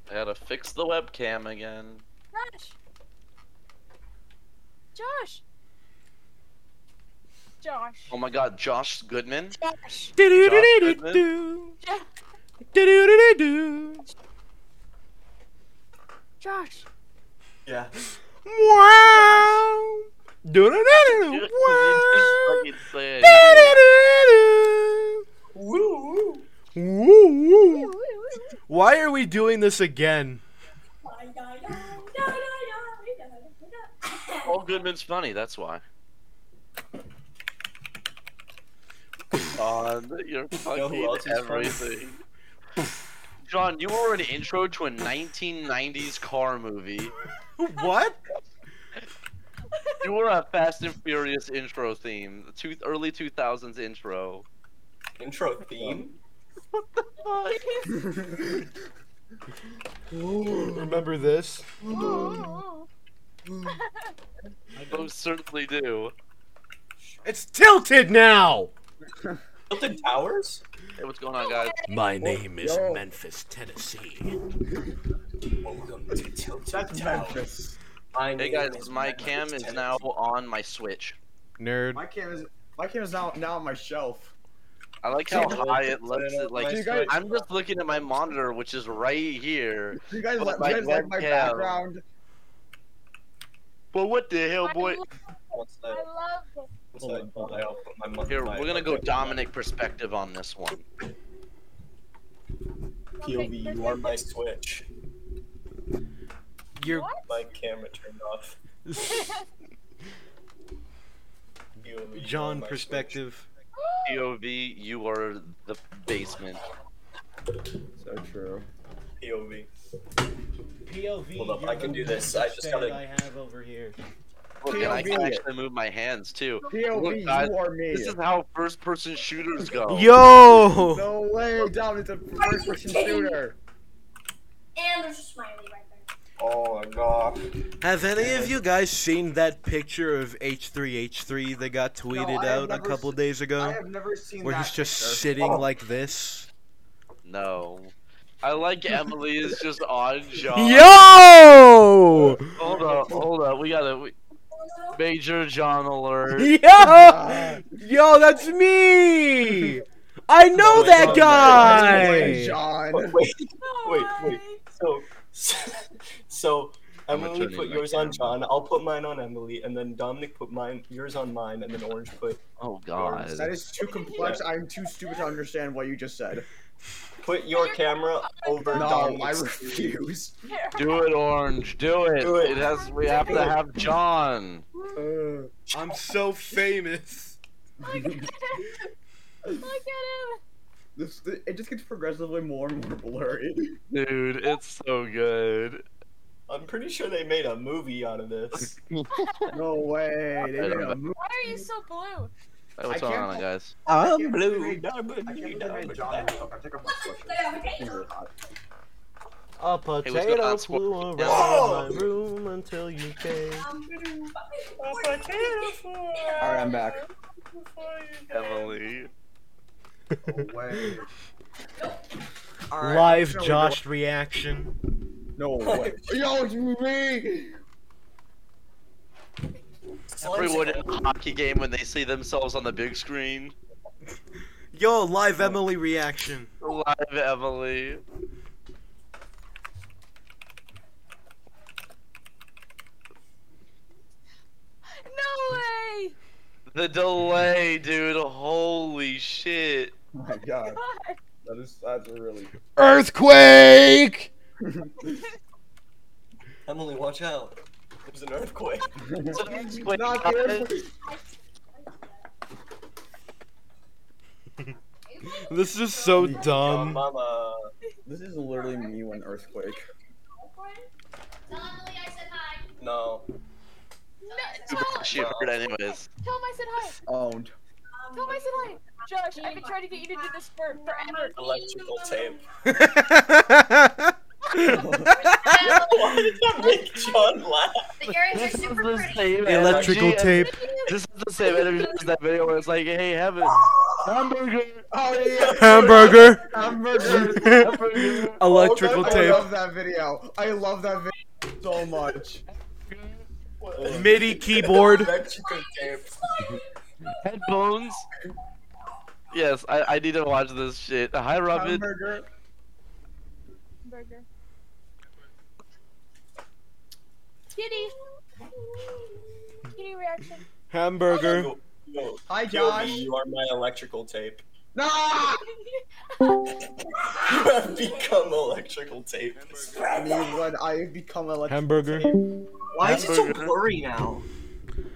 I gotta fix the webcam again. Josh! Josh! Josh! Oh my god, Josh Goodman? Josh! Do-do-do-do-do. Josh! Do-do-do-do-do. Josh! Yeah. Wow. You Do-do-do-do-do. just Wow. fucking said- Do-do-do-do. Woo, woo. Why are we doing this again? Paul Goodman's funny, that's why. John, you're fucking who else is funny? everything. John, you were an intro to a 1990s car movie. What? You were a Fast and Furious intro theme, the two, early 2000s intro. Intro theme? Fuck. Remember this? Oh. I most certainly do. It's tilted now! Tilted Towers? Hey, what's going on, guys? My name is yo. Memphis, Tennessee. Welcome to Tilted That's Memphis. My Hey name guys, my Memphis, cam is Tennessee. now on my Switch. Nerd. My camera's my camera's now now on my shelf. I like how high it looks. It like You guys- I'm just looking at my monitor, which is right here. Do you guys, Oh But like, do my you guys like my webcam- background? But what the hell, Oh, boy? What's I that? love it. What's that? Oh, I'll put my mon- Here, my- we're gonna go my- Dominic perspective on this one. POV, you are my switch. You're What? My camera turned off. POV, you are John my perspective. POV, you are the basement. So true. switch. POV. POV. Hold up, you're I can the do this. I just stand gotta- I have over here. Look, and I can POV. actually move my hands too. Look, POV, guys, you are me. This is how first-person shooters go. Yo! No way, Dom, it's a first person shooter. And there's a smiley right there. Oh my god. Have any of you guys seen that picture of H3H3 that got tweeted I have out a never couple se- days I ago? have never seen Where that. he's just picture. sitting Oh. like this? No. I like Emily is just on John. Yo! Hold up, hold up. We gotta. We... Major John alert. Ah, Yo! Yo, that's me! I know Oh my that God, guy! Hey, John. Wait, wait, wait. So, so I'm gonna Emily turn put in my yours on camera. John. I'll put mine on Emily, and then Dominic put mine, yours on mine, and then Orange put Oh god. That is too complex. I'm too stupid to understand what you just said. put your camera over No, I Dominic's. refuse. Do it, Orange. Do it. Do it. It has. We have to have John. Uh, I'm so famous. Look at him. Look at this, it just gets progressively more and more blurry. Dude, it's so good. I'm pretty sure they made a movie out of this. No way. They made a movie. Why are you so blue? Hey, what's I going can't on, bel- guys? can't I'm believe blue. they- I can't believe they made John Wilcock. I take off my sweatshirt. A Hey, what's going potato on, Squirrel? flew around Oh! my room until you came. Alright, I'm back. Emily. No way. Alright, Live shall we do Josh reaction. it? No way. Yo, you me! Everyone in a hockey game when they see themselves on the big screen. Yo, live Emily reaction. Live Emily. No way! The delay, dude. Holy shit. Oh my god. God. That is, that's really. Earthquake! Emily, watch out. There's an earthquake. It's an earthquake, Not guys. the This is so Um, dumb. Mama. This is literally me when earthquake. No. No, Too tell, bad She heard anyways. tell him I said hi. Owned. Tell him I said hi. Josh, I've been trying to get you to do this for forever. Electrical tape. Why did that make John laugh? The earrings This are is super the pretty. same Electrical energy as- tape. This is the same energy as that video where it's like, hey, Heaven, hamburger, Oh yeah, Hamburger. hamburger. hamburger, Electrical I tape. love that video. I love that video so much. MIDI keyboard. Electrical tape. headphones. Yes, I, I need to watch this shit. Hi, Robin. Hamburger. Burger. Kitty. Kitty reaction. Hamburger. Yo, yo, Hi Joey, Josh. you are my electrical tape. No. You have become electrical tape. I mean, when I become electric. Hamburger. Why is it so Hamburger. blurry now?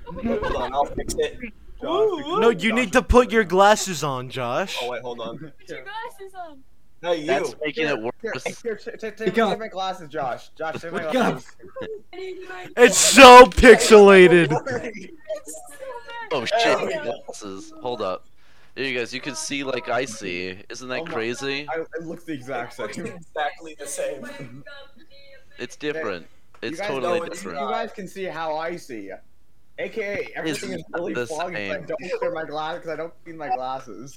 Hold on, I'll fix it. No, you need to put your glasses on, Josh. Oh wait, hold on. Put your glasses on. Hey you. That's making it Here, worse. here, t- t- take, Go. take my glasses, Josh. Josh, take my Go. glasses. It's so pixelated. So bad. Oh shit, my glasses. Hold up. There you guys. You can see like I see. Isn't that Oh my- crazy? I, it looks the exact same. exactly the same. It's different. It's you guys totally know it's- different. You guys can see how I see. AKA, everything It's is really the foggy. 'cause I same. don't wear my glasses. 'cause I don't clean my glasses.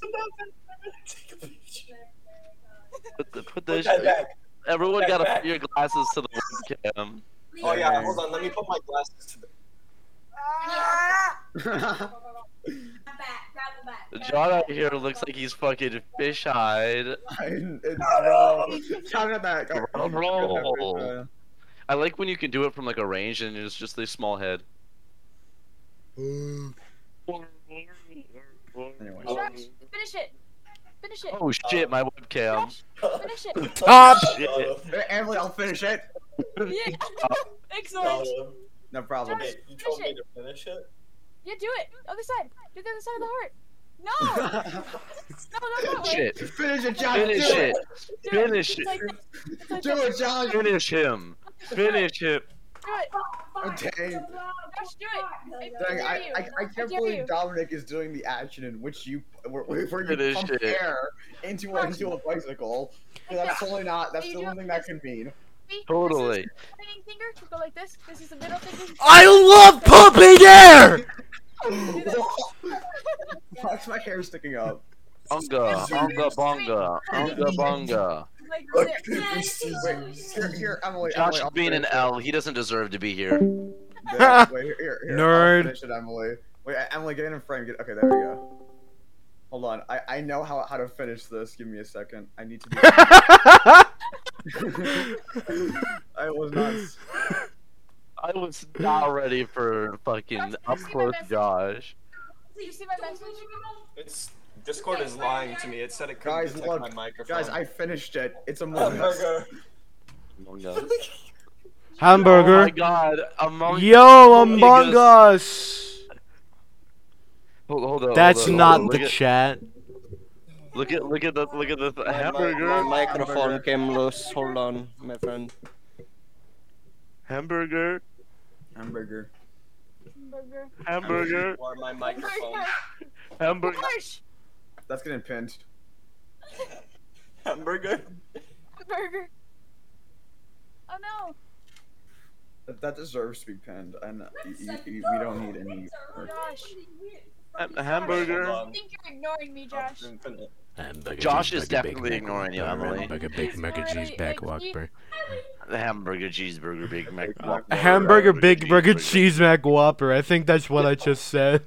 Put, the, put Put those. that back. Everyone that gotta back. put your glasses to the webcam. Oh yeah, hold on. Let me put my glasses to the. John out here looks like he's fucking fisheyed. And it's no. Talking about that. Roll, roll. I like when you can do it from like a range and it's just a small head. Anyway. Josh, finish it. Finish it. Oh shit, my webcam. Josh, finish it. Top Shit. Hey, Emily, I'll finish it. Yeah. Uh, Oh. Excellent. No problem. wait, you told me to finish it. Yeah, do it. Other side. Do the other side of the heart. No. No, no, no. Shit. Finish it, John. Finish do it. Do Finish It's it. like this. It's like Do this. it, John. Finish him. Finish him. Do it. Dang, Josh, do it. I, dang, dare I, you. I, I can't dare believe you. Dominic is doing the action in which you where, where It you is pump shit. air into a, into a bicycle. 'Cause That's totally not. That's You the do only it thing that could mean. See, Totally. This is the ring finger. Go like this. This is the middle finger. I love pumping air. Why's my hair sticking up? Unga, unga bonga, unga bonga. Like Look, this. this is Wait, here, here, Emily. Emily, Josh is I'll being an finish L. He doesn't deserve to be here. it. Yeah, wait, here, here, here, I'll Nerd. finish it, Emily. Wait, Emily, get in frame. Get, okay, there we go. Hold on. I, I know how, how to finish this. Give me a second. I need to. Do- I was not. I was not ready for fucking up close Josh. You see my message? It's Discord is lying to me. It said it couldn't Guys, detect look, my microphone. Guys, I finished it. It's Among Us. Oh, Among Us. Oh my Hamburger. Oh god, Oh, Among Yo, Among Among Us. Oh, Hold, hold on, That's hold on, not hold on. the chat. look at, look at look at the look at the th- hamburger. My microphone came loose. Hold on, my friend. Hamburger, Hamburger. Burger. hamburger, Or my microphone. hamburger. Oh Burger. That's getting pinned. Hamburger. Burger. Oh no. That, that deserves to be pinned, and y- y- y- we don't need any. Josh. Ham- hamburger. I think you're ignoring me, Josh. Josh is definitely ignoring you, Emily. Hamburger, Big Mac, and cheese, back walk, bro. The hamburger, cheeseburger, Big Mac. Whopper, Hamburger, Big Burger, Cheese Mac Whopper. I think that's what I just said.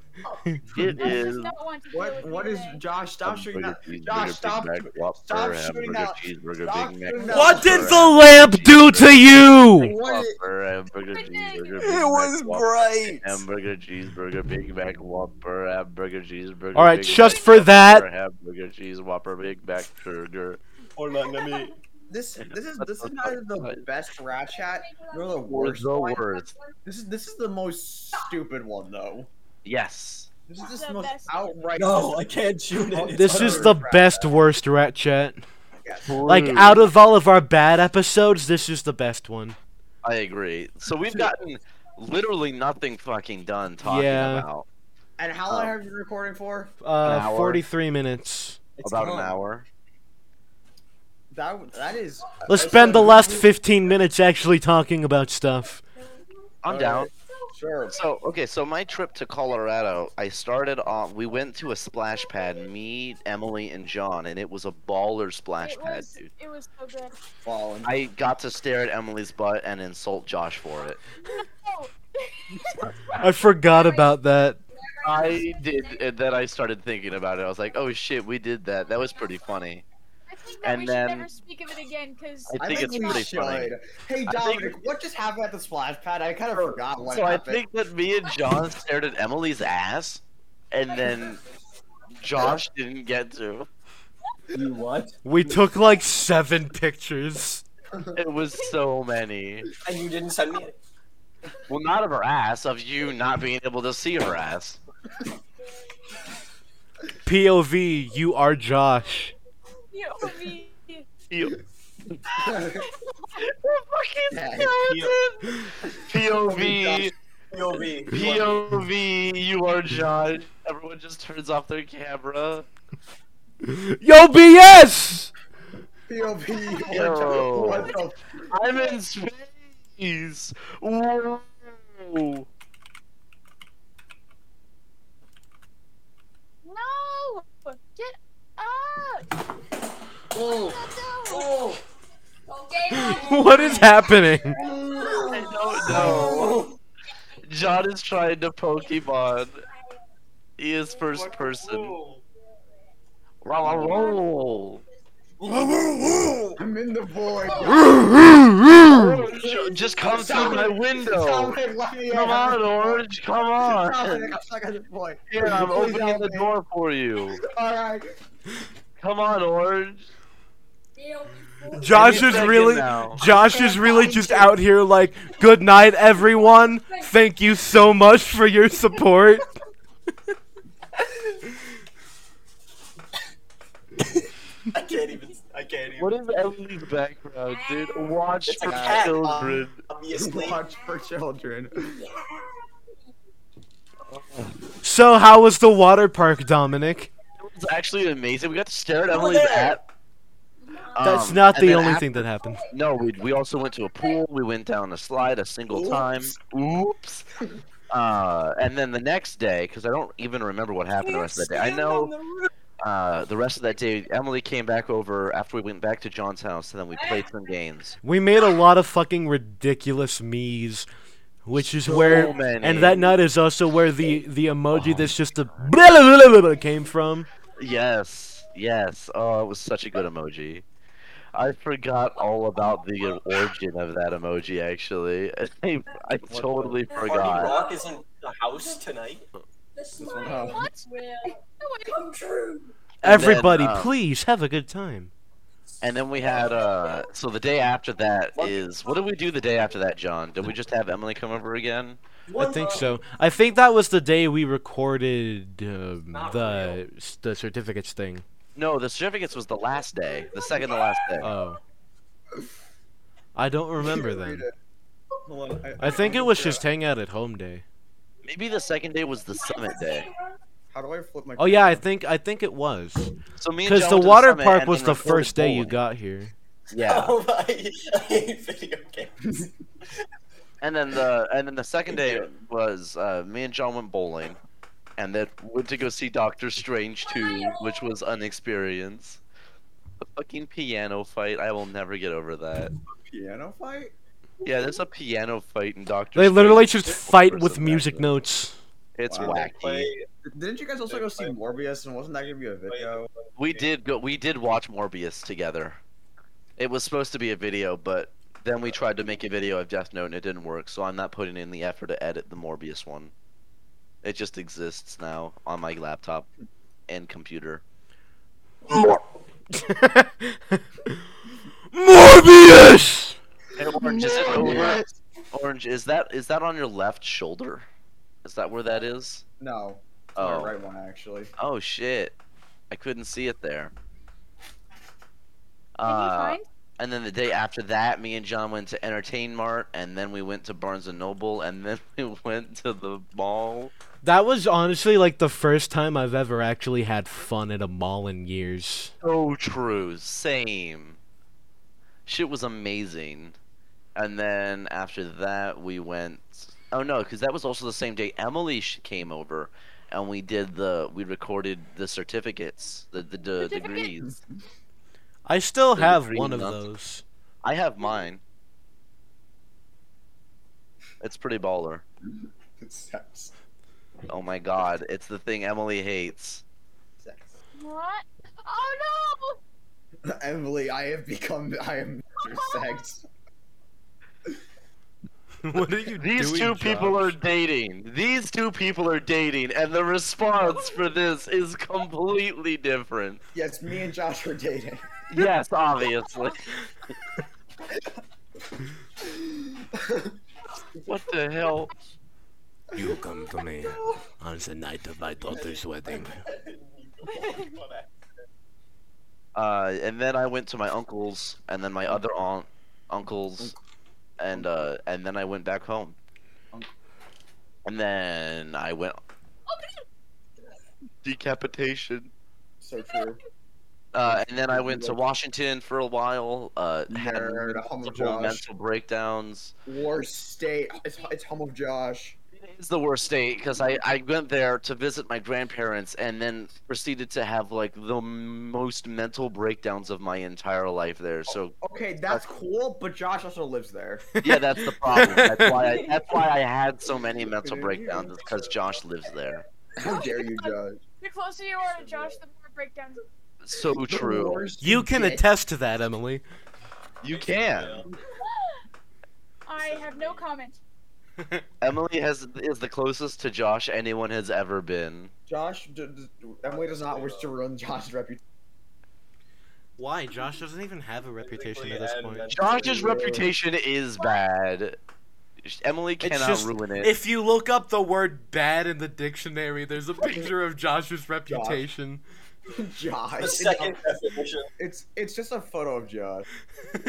It Josh does is. not want to deal What? with me What is today. Josh? Stop shooting Hamburger, out! cheeseburger, Josh, Big stop! Mac, Whopper, stop shooting hamburger, out. cheeseburger, Stop Big Mac, shooting out. What Whopper, did the lamp do to you? What? Whopper, hamburger, It cheeseburger, Big It was Mac, bright. Whopper, Hamburger, cheeseburger, Big Mac, Whopper, hamburger, cheeseburger. All right, Big just Mac, for Whopper, that- Hamburger, cheese, Whopper, Big Mac, burger. Hold on, let me. This this is this is neither the best rat chat nor the worst. the one. worst. This is this is the most stupid one though. Yes. This is just The the most best. outright. No, I can't shoot it. This is the best worst rat chat. Yes. Like True. out of all of our bad episodes, this is the best one. I agree. So we've gotten literally nothing fucking done talking Yeah. about And how uh, long have you been recording for? An Uh, hour. 43 minutes. about an hour. That that is. Let's spend the last 15 minutes actually talking about stuff. I'm Alright. down. Sure. So okay, so my trip to Colorado, I started off. We went to a splash pad, me, Emily, and John, and it was a baller splash It pad, was. dude. It was so good. Fallen. I got to stare at Emily's butt and insult Josh for it. Oh, I forgot about that. I did, and then I started thinking about it. I was like, "Oh shit, we did that. That was pretty funny." I think that And we then- should never speak of it again because I think it's pretty funny. Hey think- Dominic, what just happened at the splash pad? I kind of forgot what So I happened. think that me and John stared at Emily's ass, and then Josh didn't get to. You what? We took like seven pictures. It was so many. And you didn't send me. it. Well, not of her ass, of you not being able to see her ass. POV, you are Josh. you know, we- You Yeah. skeleton. POV, POV. POV, you are Josh. Everyone just turns off their camera. Yo, BS! POV. What, Yo. the- what the? I'm in space. Whoa. No! Get up! Oh, No! oh, What is happening? I don't know. John is trying to Pokemon. He is first person. Roll, roll, I'm in the void. roll. Just come through my window. Dominic, let me Come out. on, Orange. Come on. Dominic, I'm stuck in the void. Here, I'm Please opening help the me. door for you. All right. Come on, Orange. Josh Any is second really now. Josh is really just out here like, good night everyone. Thank you so much for your support. I can't even. I can't even. What is Emily's background, dude? Watch It's a for cat, um, children. Obviously. Watch for children. So how was the water park, Dominic? It was actually amazing. We got to stare at Over Emily's there. at. That's Uh, Um, not and the then only after- thing that happened. No, we, we also went to a pool. We went down a slide a single time. Oops. Uh, and then the next day, because I don't even remember what happened the rest of the day. I know uh, the rest of that day, Emily came back over after we went back to John's house, and then we played some games. We made a lot of fucking ridiculous me's, which is So where many. and that nut is also where the the emoji that's just a blah, blah, blah, blah, blah came from. Yes, yes. Oh, it was such a good emoji. I forgot all about the origin of that emoji. Actually, I, I totally Party forgot. Rock is in the house tonight. What? No, wait. And then, Everybody, um, please have a good time. And then we had uh so the day after that is what did we do the day after that, John? Did we just have Emily come over again? I think so. I think that was the day we recorded um, the s- the certificates thing. No, the certificates was the last day. The second to last day. Oh. I don't remember Read then. it. Hold on, I think it was just hang out at home day. Maybe the second day was the summit day. How do I flip my? Oh yeah, I camera? think I think it was. So me and Cuz John the went to water summit park and was then the recorded first day you bowling. got here. Yeah. Oh my! I hate video games. And then the and then the second day was uh, me and John went bowling, and then went to go see Doctor Strange two, which was an experience. The fucking piano fight, I will never get over that. Piano fight. Yeah, there's a piano fight in Doctor. They Strange literally just two. fight Person with music back. notes. It's They Wow. wacky. play- Didn't you guys also go see Morbius? And wasn't that gonna be a video? We did go. We did watch Morbius together. It was supposed to be a video, but then we tried to make a video of Death Note and it didn't work. So I'm not putting in the effort to edit the Morbius one. It just exists now on my laptop and computer. Morbius! And orange is it over? Orange is that is that on your left shoulder? Is that where that is? No. it's my Oh. right one actually. Oh shit! I couldn't see it there. Did you Uh, find? And then the day after that, me and John went to Entertain Mart, and then we went to Barnes and Noble, and then we went to the mall. That was honestly like the first time I've ever actually had fun at a mall in years. So true, same. Shit was amazing. And then after that, we went. Oh no, because that was also the same day Emily sh- came over, and we did the we recorded the certificates, the the, the Certificates? degrees. I still They're have green one of nuts. those. I have mine. It's pretty baller. Sex. Oh my god, it's the thing Emily hates. Sex. What? Oh Emily, I have become. I am Mr. Sex. what are you These two people are dating. These two people are dating, and the response for this is completely different. Yes, me and Josh were dating. Yes, obviously. what the hell? You come to me on the night of my daughter's wedding. Uh, and then I went to my uncle's, and then my other aunt, uncle's, and uh, and then I went back home. And then I went. Decapitation. So true. Uh, and then I went to Washington for a while. Uh, had Nerd, home of multiple Josh. mental breakdowns. War state. It's, it's home of Josh. It's the worst state because I, I went there to visit my grandparents and then proceeded to have like the most mental breakdowns of my entire life there. So Okay, that's cool, but Josh also lives there. yeah, that's the problem. That's why I, that's why I had so many mental breakdowns because Josh lives there. How dare you, Josh? The closer you are to Josh, the more breakdowns. So The true. worst You can dick. attest to that, Emily. You can. I have no comment. Emily has is the closest to Josh anyone has ever been. Josh, d- d- Emily does not wish to ruin Josh's reputation. Why? Josh doesn't even have a reputation at this Technically, point. and- Josh's reputation is bad. Emily It's cannot just- ruin it. If you look up the word bad in the dictionary, there's a picture of Josh's reputation. Josh, The it's, second definition. it's it's just a photo of Josh.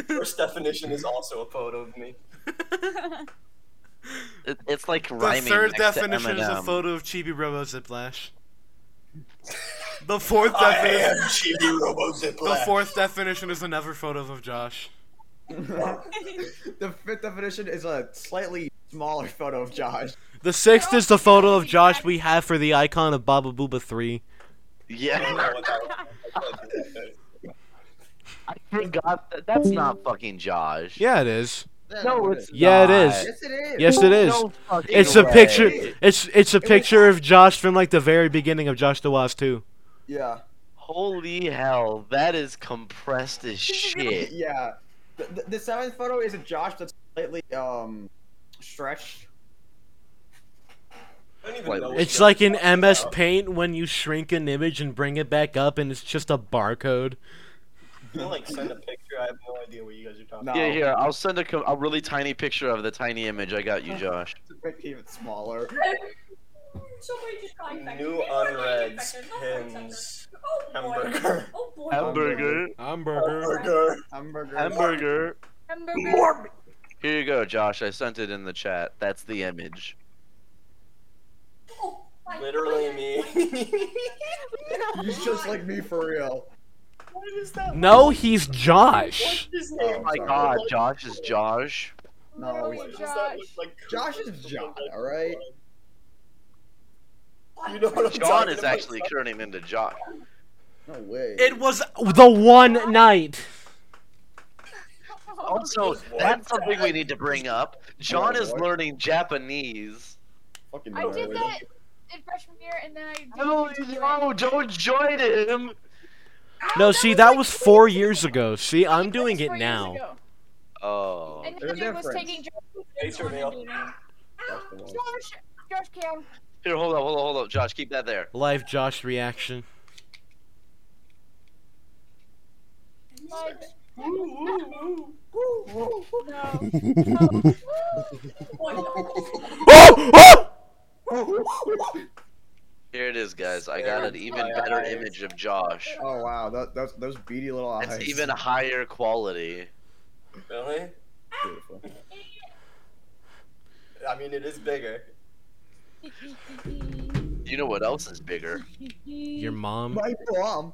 First definition is also a photo of me. It- it's like The rhyming. third next to definition is a Eminem. photo of Chibi Robo Ziplash. The fourth I am definition. Chibi Robo The Zipla. fourth definition is another photo of Josh. the fifth definition is a slightly smaller photo of Josh. The sixth is the photo Oh, of Josh we have for the icon of Baba Booba 3. I don't Yeah, know what that I forgot that. That's not fucking Josh. Yeah, it is. No, it's Yeah, it not. is. Yes, it is. Yes, it is. No fucking It's a way. picture. way. It's it's a picture of Josh from like the very beginning of Josh the Waz too. Yeah. Holy hell, that is compressed as shit. Yeah. The, the- the seventh photo is a Josh that's slightly um stretched. I don't even Like, know what It's you're like in talking MS about. Paint when you shrink an image and bring it back up, and it's just a barcode. Can you, like send a picture? I have no idea what you guys are talking No. about. Yeah, here, I'll send a, co- a really tiny picture of the tiny image I got you, Josh. Make it even smaller. New unreads, pins, Oh, hamburger. Hamburger. Hamburger. Hamburger. Hamburger. Hamburger. Hamburger. Here you go, Josh. I sent it in the chat. That's the image. Oh, Literally me. He's just like me for real. No, he's Josh. Oh, Oh my sorry. god, Josh is Josh. No, Literally he's- Josh. like Josh is John, alright? You know what I'm John talking is about? actually turning into Josh. No way. It was the one night. Also, that's something we need to bring up. John is learning Japanese. Fucking I did nerd. that in freshman year, and then I. didn't No, do it. no, don't join him. No, see, that was four years ago. See, I'm That was doing it four years now. ago. Oh, And There's a Henry was difference. taking Josh. Hey, Jamil. That's the one. Josh, Josh Cam. here, hold on, hold on, hold on, Josh, keep that there. Live Josh reaction. Like, no. no. Oh, Here it is, guys. I got an even Yeah. better image of Josh. Oh wow, that, that's those beady little eyes. It's even higher quality. Really? Beautiful. I mean, it is bigger. You know what else is bigger? Your mom. My mom.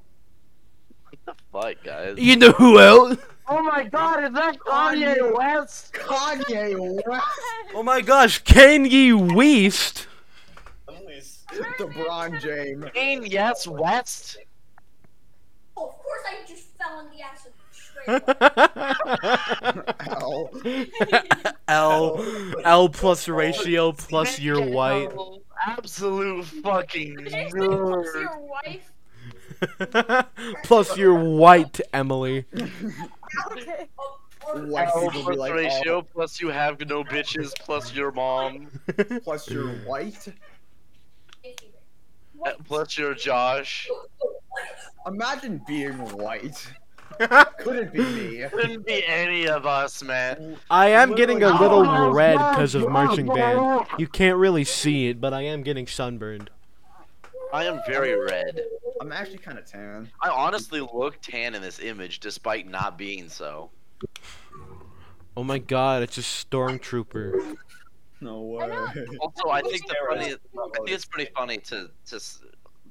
Fuck, guys. You know who else? Oh my god, is that Kanye West? Kanye West. Oh my gosh, Kanye West. Emily's. LeBron James. Kanye yes, West? Oh, of course I just fell in the acid straight away. L Ow. L plus ratio plus you're white. Absolute fucking Did you say close to nerd. your wife? plus you're white, Emily. Okay. White L people be plus like, ratio plus you have no bitches plus your mom "Oh, plus you're white. uh, plus your Josh. Imagine being white. Couldn't be me. Couldn't be any of us, man. I am getting a little Oh, red because of marching band. You can't really see it, but I am getting sunburned. I am very red. I'm actually kind of tan. I honestly look tan in this image despite not being so. Oh my god, it's a stormtrooper. No I know. way. Also, I think the funny, I think it's pretty funny to to s-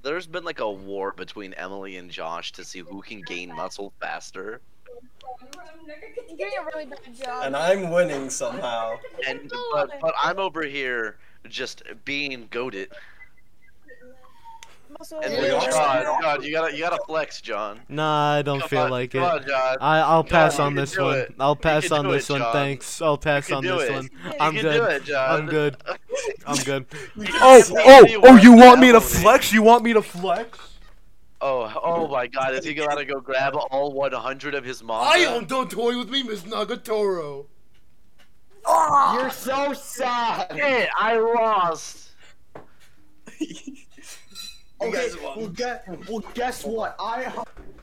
there's been like a war between Emily and Josh to see who can gain muscle faster. You're doing a really bad job. And I'm winning somehow. And but but I'm over here just being goaded. Also, And you're like, doing a John, really bad John, you gotta you gotta flex, John. Nah, I don't Come feel on, like come it. on, John. I I'll Come pass on, on you this can do one. it. I'll pass can on do this it, one. John. Thanks. I'll pass can on do this it. one. You I'm can good. do it, John. I'm good. I'm good. You Oh, can see oh, oh! what You want me to Emily- flex? You want me to flex? Oh, oh my God! Is he gonna go grab all 100 of his mom? don't toy with me, Miss Nagatoro. Ah. You're so sad. Shit, I lost. Okay, guys won. well, guess, well, guess what? I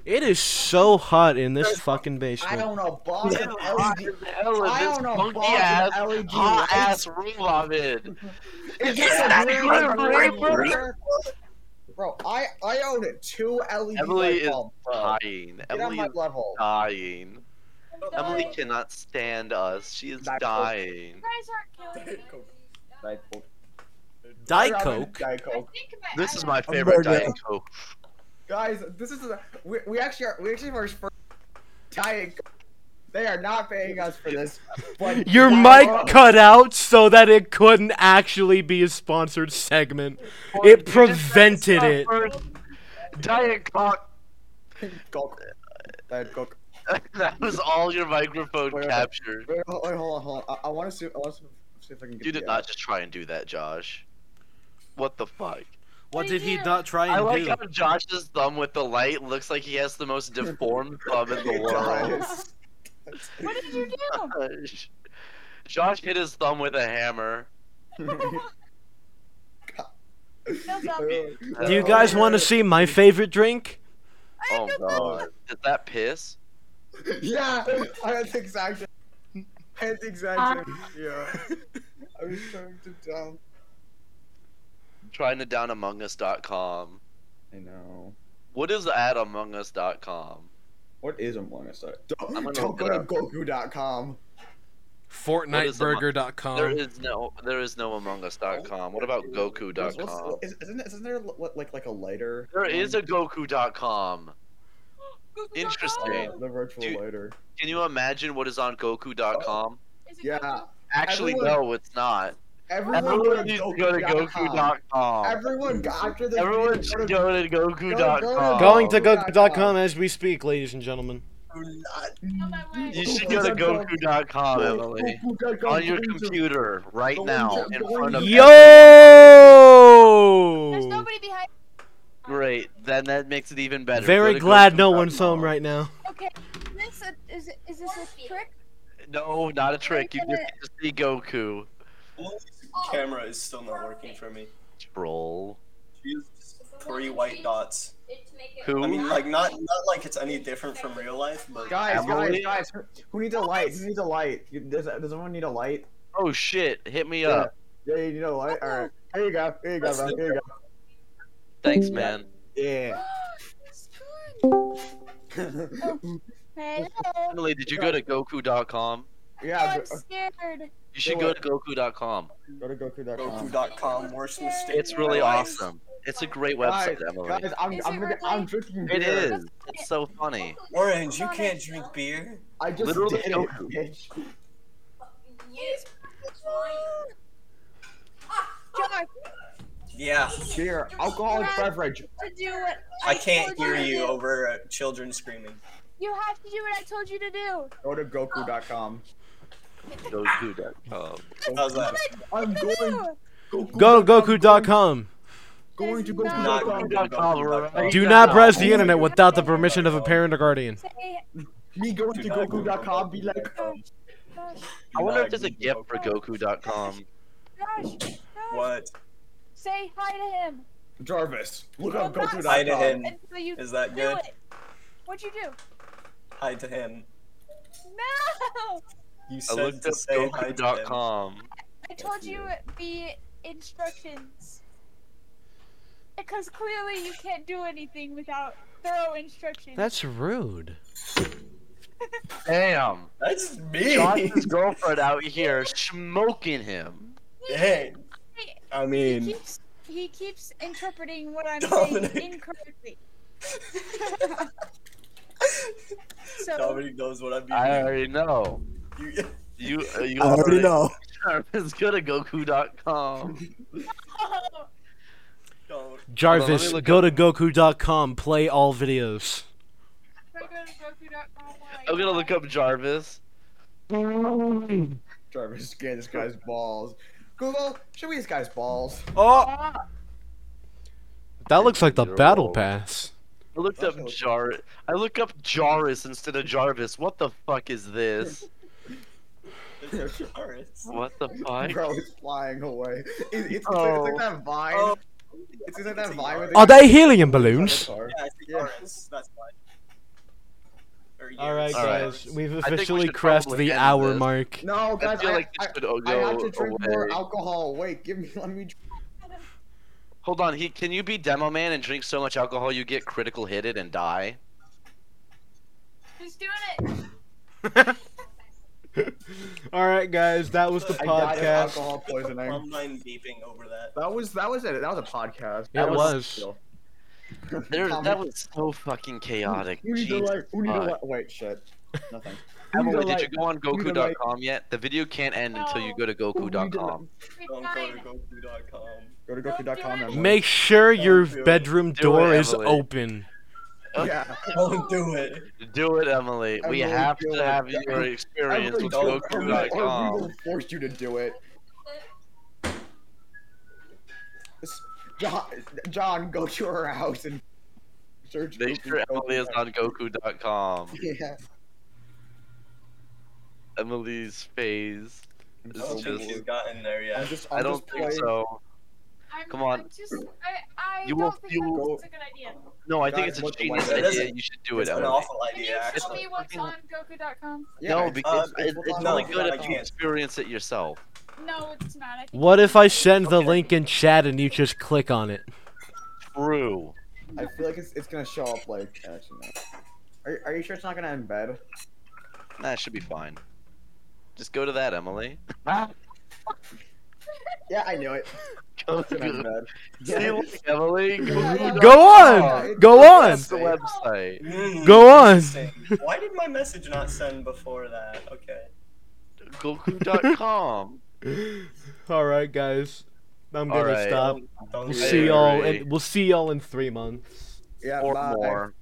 It is so hot in this fucking I basement. own a box of Hot LED. as hell I in this own a funky box ass, of E LED hot lights. ass room I'm in. It's Is a that green Grim light Reaper? bulb. Bro, I I own it. Two LED Emily light is bulbs. bro. Dying. Get on Emily my is level. dying. job. Emily You cannot stand us. She is That's- dying. guys aren't killing me. Diet Coke. Diet Coke. Diet I Coke. think my This I is don't- my favorite burger. Diet Coke. Guys, this is a, we, we actually are we actually are first diet. Coke. They are not paying us for this. But Your I mic love- cut out so that it couldn't actually be a sponsored segment. It prevented it. Diet Coke. Coke. Diet Coke. that was all your microphone Wait, wait. captured. Wait, hold, wait, hold on, hold on. I, I want to see. I want to see if I can get. You the, did uh, not just try and do that, Josh. What the fuck? What did he not try I and like do? how Josh's thumb with the light looks like he has the most deformed thumb in the It world. does. What did you do? Josh. Josh hit his thumb with a hammer. Oh, Feels up. Do you guys want to see my favorite drink? Oh god. Is that piss? Yeah, that's exactly. That's exactly. Yeah. I was trying to dump. Trying to down amongus.com. I know. What is at amongus.com? What is Among Us? Don't, I'm gonna don't look go it to up. Goku.com. There FortniteBurger.com. is no there is no amongus.com. What about Um, What's- what's- goku.com? is- Isn't, it- isn't there what, like like a lighter? There is a goku.com. Interesting. the virtual Dude. lighter. Can you imagine what is on Oh. goku.com? Is it Yeah. Google? Actually Everyone- no, it's not. Everyone, Everyone needs to go to goku.com. Everyone go after this. Everyone video, should go go to goku.com. Going to Goku.com Oh. Goku.com as we speak, ladies and gentlemen. On my way. You should go to goku.com, Emily. On your computer right now in front of There's Yo! nobody behind. Great. Then that makes it even better. Go Very to glad no one's goku.com. home right now. Okay. Is this a, is, it- is this a trick? No, not a trick. You Wait a just get to see Goku. Camera is still not working for me. Troll. She's three white dots. Who? I mean, like not not like it's any different from real life, but Guys, Emily? guys, guys, who- who needs a light? Who needs a light? You- Does, does anyone need a light? Oh shit! Hit me up. Yeah, you need a light? Alright. Here you go. Here you go, bro. Here you go. Thanks, man. Yeah. It's good. Hello. Emily, did you go to Goku.com? yeah, Oh, I'm go, scared. You should go to Goku.com. go to Goku.com. Goku.com worst mistake. It's really awesome. It's a great website, Emily. Guys, I'm, Is I'm, it drinking- really? I'm drinking beer. It is. It's so funny. Orange, you can't drink beer. I just Literally did it, Goku. bitch. John, Yeah, Beer. Alcoholic Yeah. beverage. to do what I can't told hear to you do. over uh, children screaming. You have to do what I told you to do. Go to Goku.com. Goku.com. How's that? I'm going, No. Go to Goku.com. going to Not Goku.com. Goku.com right Do not now. browse the internet without the permission of a parent or guardian. Say, Me going to Goku.com be like, gosh, gosh, I wonder if there's a gift for Goku.com. gosh, gosh. What Say hi to him. Jarvis, look up Well, Goku.com. hi to him? Until you Is that do good? it. What'd you do? Hi to him. No! You I said looked to up say hi to him. Goku.com. I told you the instructions. Because clearly you can't do anything without thorough instructions. That's rude. Damn. That's me. Josh's girlfriend out here smoking him. Dang. I He mean, keeps, he keeps interpreting what I'm Dominic. saying incorrectly. so Dominic knows what I'm I meaning. already know. You- You, uh, you I already know. It's good at Goku.com. oh, Dom- Jarvis, go to Goku.com, play all videos. If I go to Goku.com, like, I'm gonna look up Jarvis. Jarvis scan this guy's balls. Google, show me this guy's balls. Oh, that looks like the Zero. battle pass. I looked up Jar. I look up Jarvis instead of Jarvis. What the fuck is this? It's Jarvis. What the fuck? Bro, it's flying away. It, it's, Oh. it's like that vine. Oh. It's like that It's a vine with yard. the Are they helium balloons? dinosaur. Yeah, it's Yeah. Jarvis. That's fine. Or All right, Yaris. All right. guys, we've think we Officially should crest probably the end hour this. mark. No, I guys, feel I, like I, this should all I have go to drink away. more alcohol. Wait, give me, let me. drink- Hold on, he can you be demo man and drink so much alcohol you get critical hitted and die? He's doing it. All right, guys, that was the I I died of podcast. alcohol poisoning. Don't mind beeping over that. That was that was it. That was a podcast. It That was. There, Tommy, that was so fucking chaotic. We need to Jesus like. We need to fuck. like. Wait, shit. Nothing. Emily, did like- you go on need to like- Goku.com yet? The video can't end until you No. go to We need to Goku.com. It's Don't go fine. to Goku.com. Go to Goku.com and Make sure your do it. bedroom Do door it, is Emily. open. Yeah. Don't do it. Do it, Emily. We Emily, have do to it. have your experience Emily, with don't. Or we will Goku.com. force you to do it. John, John, go to her house and search. Make sure Emily is on Goku.com. Yeah. Emily's phase. I'm This I is don't think just- she's gotten there I'm yet. just, I'm I don't just think playing. so. I'm, Come on. I'm just, I, I You don't will- think you will- that's a good idea. No, I think Guys, it's a what the- genius that is- idea. You should do it, It's an Emily. awful Can idea, you show actually. me what's on Goku.com? Yeah, no, it's- uh, because um, it, it's it's not only on good if Goku. you experience it yourself. No, it's not. I think What it's if I on- send the link in chat and you just click on it? True. I feel like it's, it's gonna show up like. Actually, no. Are, are you sure it's not gonna embed? That should be fine. Just go to that, Emily. Yeah, I knew it. Go It's gonna to- embed. See, look, Emily. Goku.com. Go on, go on. That's the website. Mm, Go on. interesting. Why did my message not send before that? Okay. Goku.com. All right, guys, I'm All gonna right. stop. Don't We'll do I see y'all. agree. In, we'll see y'all in three months. Yeah, Or bye. more.